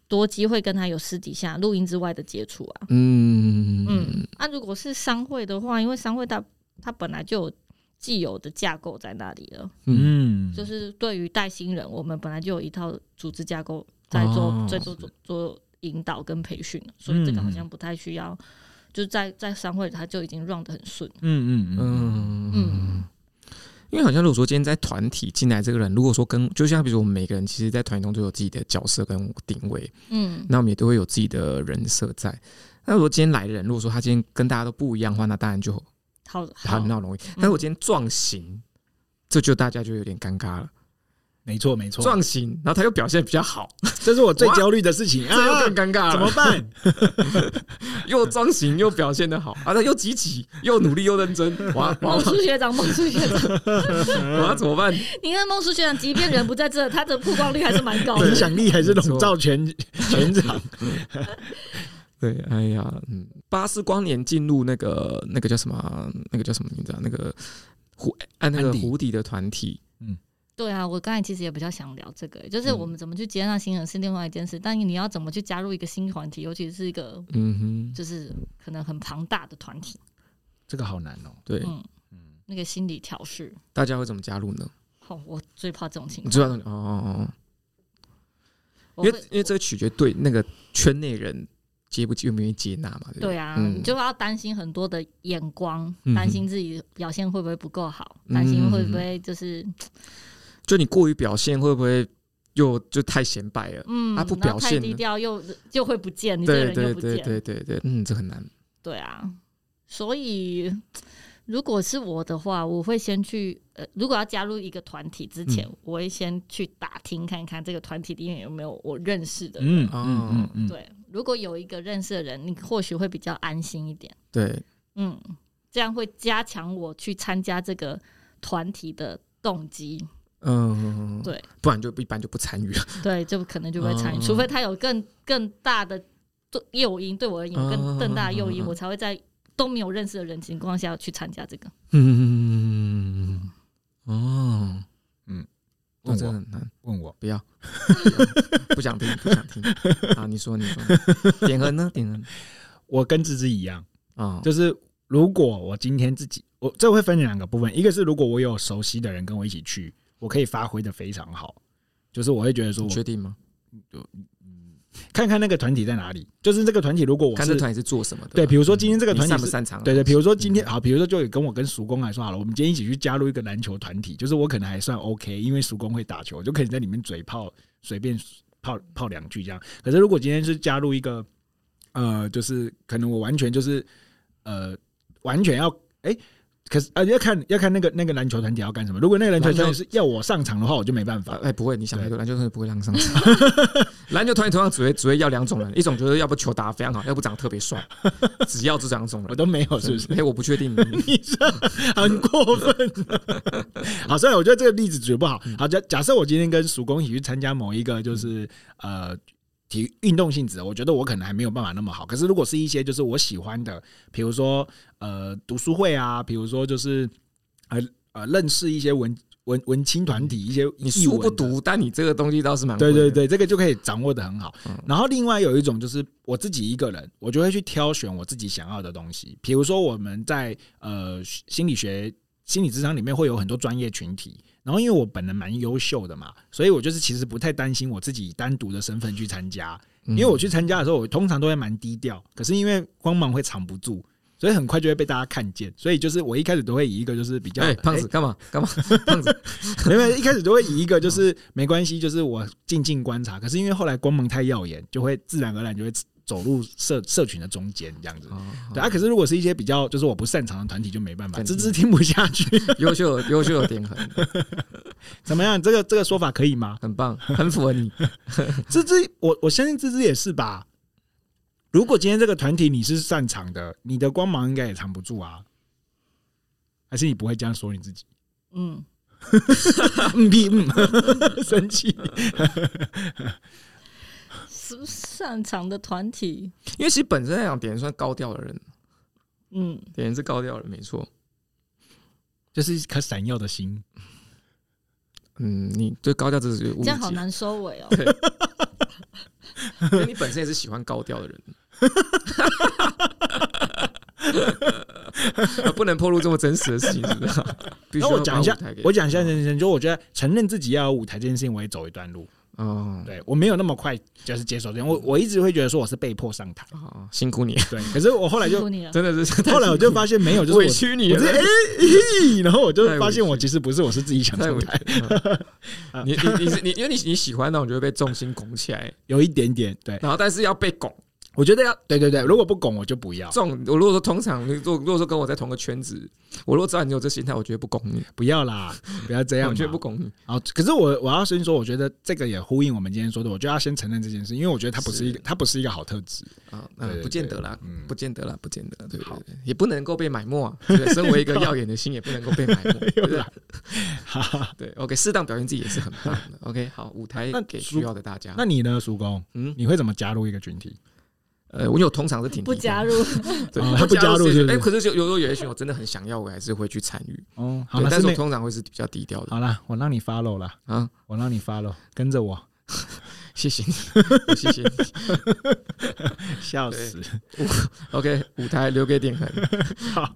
Speaker 1: 多机会跟他有私底下录音之外的接触啊。
Speaker 3: 嗯
Speaker 1: 嗯，那、如果是商会的话，因为商会它它本来就有既有的架构在那里了，
Speaker 2: 嗯，
Speaker 1: 就是对于带新人，我们本来就有一套组织架构在做、
Speaker 3: 哦
Speaker 1: 在做做做引导跟培训，啊所以这个好像不太需要，就在在商会它就已经 run 的很顺。
Speaker 2: 嗯嗯嗯
Speaker 3: 嗯
Speaker 1: 嗯
Speaker 3: 嗯，因为好像如果说今天在团体进来这个人，如果说跟就像比如说我们每个人其实，在团体中都有自己的角色跟定位，
Speaker 1: 嗯
Speaker 3: 那我们也都会有自己的人设在。那如果今天来的人，如果说他今天跟大家都不一样的话，那当然就
Speaker 1: 好好
Speaker 3: 很，闹容易。但是我今天撞型，这就大家就有点尴尬了。
Speaker 2: 没错没错，
Speaker 3: 撞型，然后他又表现比较好，
Speaker 2: 这是我最焦虑的事情
Speaker 3: 这又
Speaker 2: 啊
Speaker 3: 更！尴尬
Speaker 2: 怎么
Speaker 3: 了。
Speaker 2: 办？
Speaker 3: 又撞型又表现的好，啊，他又积极又努力又认 真，哇哇
Speaker 1: 孟，叔学长，孟叔学长。
Speaker 2: 嗯
Speaker 3: 我要怎么办？
Speaker 1: 你看孟书学长，即便人不在这，他的曝光率还是蛮高
Speaker 2: 影
Speaker 1: 的。
Speaker 2: 响力还是笼罩全全场？
Speaker 3: 对，哎呀，嗯，巴斯光年进入那个那个叫什么啊，那个叫什么名字啊？那个湖按那个
Speaker 2: 安迪
Speaker 3: 湖底的团体，
Speaker 1: 对啊，我刚才其实也比较想聊这个，就是我们怎么去接纳新人是另外一件事，但你要怎么去加入一个新团体，尤其是一个
Speaker 3: 嗯哼，
Speaker 1: 就是可能很庞大的团体，
Speaker 2: 这个好难哦。
Speaker 3: 对，
Speaker 1: 嗯，
Speaker 2: 嗯，
Speaker 1: 那个心理调试。
Speaker 3: 大家会怎么加入呢？
Speaker 1: 哦，我最怕这种情况，
Speaker 3: 你知道哦哦
Speaker 1: 我
Speaker 3: 哦，因
Speaker 1: 会
Speaker 3: 为因为这取决对那个圈内人接不接愿不愿意接纳嘛，对不
Speaker 1: 对
Speaker 3: 对？
Speaker 1: 啊，
Speaker 3: 嗯
Speaker 1: 你就要担心很多的眼光
Speaker 3: 嗯哼，
Speaker 1: 担心自己表现会不会不够好，
Speaker 3: 嗯
Speaker 1: 担心会不会就是
Speaker 3: 就你过于表现会不会又就太显摆了？
Speaker 1: 嗯，
Speaker 3: 啊
Speaker 1: 然
Speaker 3: 不
Speaker 1: 后
Speaker 3: 表现
Speaker 1: 太低
Speaker 3: 呢
Speaker 1: 调又就会不见，你这个
Speaker 3: 对
Speaker 1: 人又
Speaker 3: 对
Speaker 1: 不见
Speaker 3: 对，对对对，嗯，这很难。
Speaker 1: 对啊，所以如果是我的话，我会先去呃，如果要加入一个团体之前，
Speaker 3: 嗯
Speaker 1: 我会先去打听看看这个团体里面有没有我认识的人。
Speaker 2: 嗯
Speaker 3: 哦
Speaker 2: 嗯嗯嗯，
Speaker 1: 对，如果有一个认识的人，你或许会比较安心一点。
Speaker 3: 对，
Speaker 1: 嗯，这样会加强我去参加这个团体的动机。
Speaker 3: 嗯，
Speaker 1: 对，
Speaker 3: 不然就一般就不参与了。
Speaker 1: 对，就可能就不会参与，
Speaker 3: 嗯
Speaker 1: 除非他有更更大的诱因，对我而言有更更大的诱因，
Speaker 3: 嗯嗯嗯嗯
Speaker 1: 我才会在都没有认识的人情况下去参加这个。
Speaker 3: 嗯，哦，
Speaker 2: 嗯，
Speaker 3: 那真的很难。
Speaker 2: 问我
Speaker 3: 不要，不想听，不想听啊！你说，你说，点恩呢？点恩
Speaker 2: 我跟芝芝一样，
Speaker 3: 啊，
Speaker 2: 就是如果我今天自己，我这会分两个部分，一个是如果我有熟悉的人跟我一起去，我可以发挥的非常好，就是我会觉得说
Speaker 3: 你
Speaker 2: 我
Speaker 3: 确定吗？
Speaker 2: 看看那个团体在哪里，就是这个团体如果我
Speaker 3: 看这
Speaker 2: 是
Speaker 3: 团体是做什么的？
Speaker 2: 对，比如说今天这个
Speaker 3: 你
Speaker 2: 团
Speaker 3: 擅
Speaker 2: 体
Speaker 3: 不嗯
Speaker 2: 是
Speaker 3: 擅长？
Speaker 2: 对对，比如说今天好，比如说就有跟我跟叔公来说好了，我们今天一起去加入一个篮球团体，就是我可能还算 OK，因为叔公会打球，我就可以在里面嘴炮，随便泡泡两句这样。可是如果今天是加入一个，呃呃，就是可能我完全就是呃，完全要哎、可是啊，要看要看那个那个篮球团体要干什么。如果那个篮球团
Speaker 3: 篮
Speaker 2: 体
Speaker 3: 球
Speaker 2: 是要我上场的话，我就没办法。
Speaker 3: 哎、不会，你想太多，篮球团队不会让上场。 篮球团队同样只会只会要两种人，一种就是要不球打得非常好，要不长得特别 帅，只要这两种
Speaker 2: 我
Speaker 3: 人。
Speaker 2: 都没有，是不是？
Speaker 3: 哎、我不确定。
Speaker 2: 很过分、啊好，虽然我觉得这个例子举得不好。
Speaker 3: 嗯
Speaker 2: 好，假假设我今天跟曙公一起去参加某一个就是呃体育运动性质的，我觉得我可能还没有办法那么好。可是如果是一些就是我喜欢的，比如说呃读书会啊，比如说就是呃呃认识一些文文文青团体， 一些
Speaker 3: 嗯你
Speaker 2: 艺
Speaker 3: 书
Speaker 2: 文
Speaker 3: 不
Speaker 2: 的
Speaker 3: 读，但你这个东西倒是蛮
Speaker 2: 对
Speaker 3: 会
Speaker 2: 对
Speaker 3: 的
Speaker 2: 对，这个就可以掌握的很好
Speaker 3: 嗯。
Speaker 2: 然后另外有一种就是我自己一个人，我就会去挑选我自己想要的东西。比如说我们在呃心理学、心理职场里面会有很多专业群体。然后因为我本人蛮优秀的嘛，所以我就是其实不太担心我自己以单独的身份去参加。
Speaker 3: 嗯
Speaker 2: 因为我去参加的时候，我通常都会蛮低调，可是因为光芒会藏不住。所以很快就会被大家看见，所以就是我一开始都会以一个就是比较
Speaker 3: 哎、胖子干嘛干嘛？胖子，
Speaker 2: 没有，一开始都会以一个就是没关系，就是我静静观察。可是因为后来光芒太耀眼，就会自然而然就会走入社社群的中间这样子。
Speaker 3: 哦
Speaker 2: 对啊，可是如果是一些比较就是我不擅长的团体，就没办法，
Speaker 3: 肯
Speaker 2: 芝
Speaker 3: 定
Speaker 2: 芝听不下去。
Speaker 3: 优秀优秀的点很
Speaker 2: 怎么样？这个这个说法可以 吗？
Speaker 3: 很棒，很符合你。
Speaker 2: 芝芝，我我相信芝芝也是吧。如果今天这个团体你是擅长的，你的光芒应该也藏不住啊。还是你不会这样说你自己？
Speaker 1: 嗯，
Speaker 2: 嗯屁嗯， 生气。
Speaker 1: 是不是擅长的团体，
Speaker 3: 因为其实本身来讲，点算高调的人，
Speaker 1: 嗯，
Speaker 3: 点是高调的人，没错。
Speaker 2: 就是一颗闪耀的心。
Speaker 3: 嗯，你对高调这是误
Speaker 1: 这
Speaker 3: 解
Speaker 1: 样，好难收尾哦。
Speaker 3: 因为你本身也是喜欢高调的人， 啊不能透露这么真实的事情，是不是？必须
Speaker 2: 那
Speaker 3: 要
Speaker 2: 我讲一下
Speaker 3: 把舞台给，嗯
Speaker 2: 我讲一下人生，就我觉得承认自己要有舞台这件事情，我也走一段路。
Speaker 3: 哦，
Speaker 2: 对我没有那么快就是接受这样，我我一直会觉得说我是被迫上台，
Speaker 3: 哦，辛苦你，
Speaker 2: 对。可是我后来
Speaker 1: 辛
Speaker 2: 就
Speaker 1: 苦你了，
Speaker 3: 真 的是
Speaker 2: 后来我就发现没有，就是
Speaker 3: 委
Speaker 2: 我
Speaker 3: 屈你
Speaker 2: 我是
Speaker 3: 了
Speaker 2: 哎。 嘿然后我就
Speaker 3: 太委
Speaker 2: 发现
Speaker 3: 屈
Speaker 2: 我其实不是，我是自己想
Speaker 3: 太
Speaker 2: 上
Speaker 3: 委
Speaker 2: 台，
Speaker 3: 屈 了你你你是你，因为你你喜欢那种就会被重心拱起来，
Speaker 2: 有一点点对。
Speaker 3: 然后但是要被拱
Speaker 2: 我觉得要对对对，如果不拱我就不要，
Speaker 3: 重。我如果说通常，如果如果说跟我在同个圈子，我如果知道你有这心态，我绝对不拱你，
Speaker 2: 不要啦，不要这样
Speaker 3: 我
Speaker 2: 嘛。
Speaker 3: 绝对不拱你。
Speaker 2: 好，可是我我要先说，我觉得这个也呼应我们今天说的，我就要先承认这件事，因为我觉得它不是一个
Speaker 3: 是
Speaker 2: 它不是一个好特 质。
Speaker 3: 啊，
Speaker 2: 对
Speaker 3: 嗯，
Speaker 2: 对
Speaker 3: 不见得啦
Speaker 2: 对嗯，
Speaker 3: 不见得啦，不见得，对对
Speaker 2: 好
Speaker 3: 对，也不能够被埋没啊。 对不对身为一个耀眼的星，也不能够被埋没。 对不对
Speaker 2: 啊哈哈，
Speaker 3: 对，OK，适当表现自己也是很棒的。OK，好，舞台
Speaker 2: 那
Speaker 3: 给
Speaker 2: 如
Speaker 3: 需要的大家
Speaker 2: 那。你呢，叔公？
Speaker 3: 嗯，
Speaker 2: 你会怎么加入一个群体？
Speaker 3: 呃，我有通常是挺
Speaker 1: 不加入，
Speaker 3: 对
Speaker 2: 哦他不加入
Speaker 3: 谁
Speaker 2: 是不是
Speaker 3: 哎，可是有有时候有些群我真的很想要，我还是会去参与。
Speaker 2: 哦，好
Speaker 3: 对
Speaker 2: 了，
Speaker 3: 但是我
Speaker 2: 没
Speaker 3: 通常会是比较低调的
Speaker 2: 好了，我让你 follow 了，
Speaker 3: 啊。
Speaker 2: 我让你 follow，跟着我，
Speaker 3: 谢谢你， 我谢谢你。
Speaker 2: 笑
Speaker 3: 对
Speaker 2: 死！
Speaker 3: OK，舞台留给点恒。
Speaker 2: 好，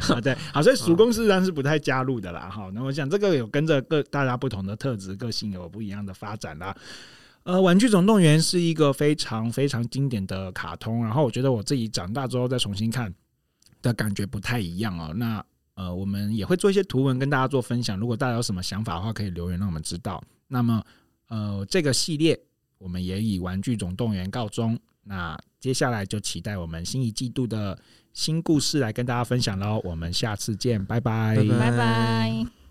Speaker 2: 好对， 好，所以属公事实上是不太加入的啦。哈，那我想这个有跟着各大家不同的特质、个性有不一样的发展啦。呃，《玩具总动员》是一个非常非常经典的卡通，然后我觉得我自己长大之后再重新看的感觉不太一样哦。那呃，我们也会做一些图文跟大家做分享，如果大家有什么想法的话，可以留言让我们知道。那么呃，这个系列我们也以《玩具总动员》告终。那接下来就期待我们新一季度的新故事来跟大家分享喽。我们下次见，拜拜
Speaker 3: 拜拜
Speaker 1: 拜拜。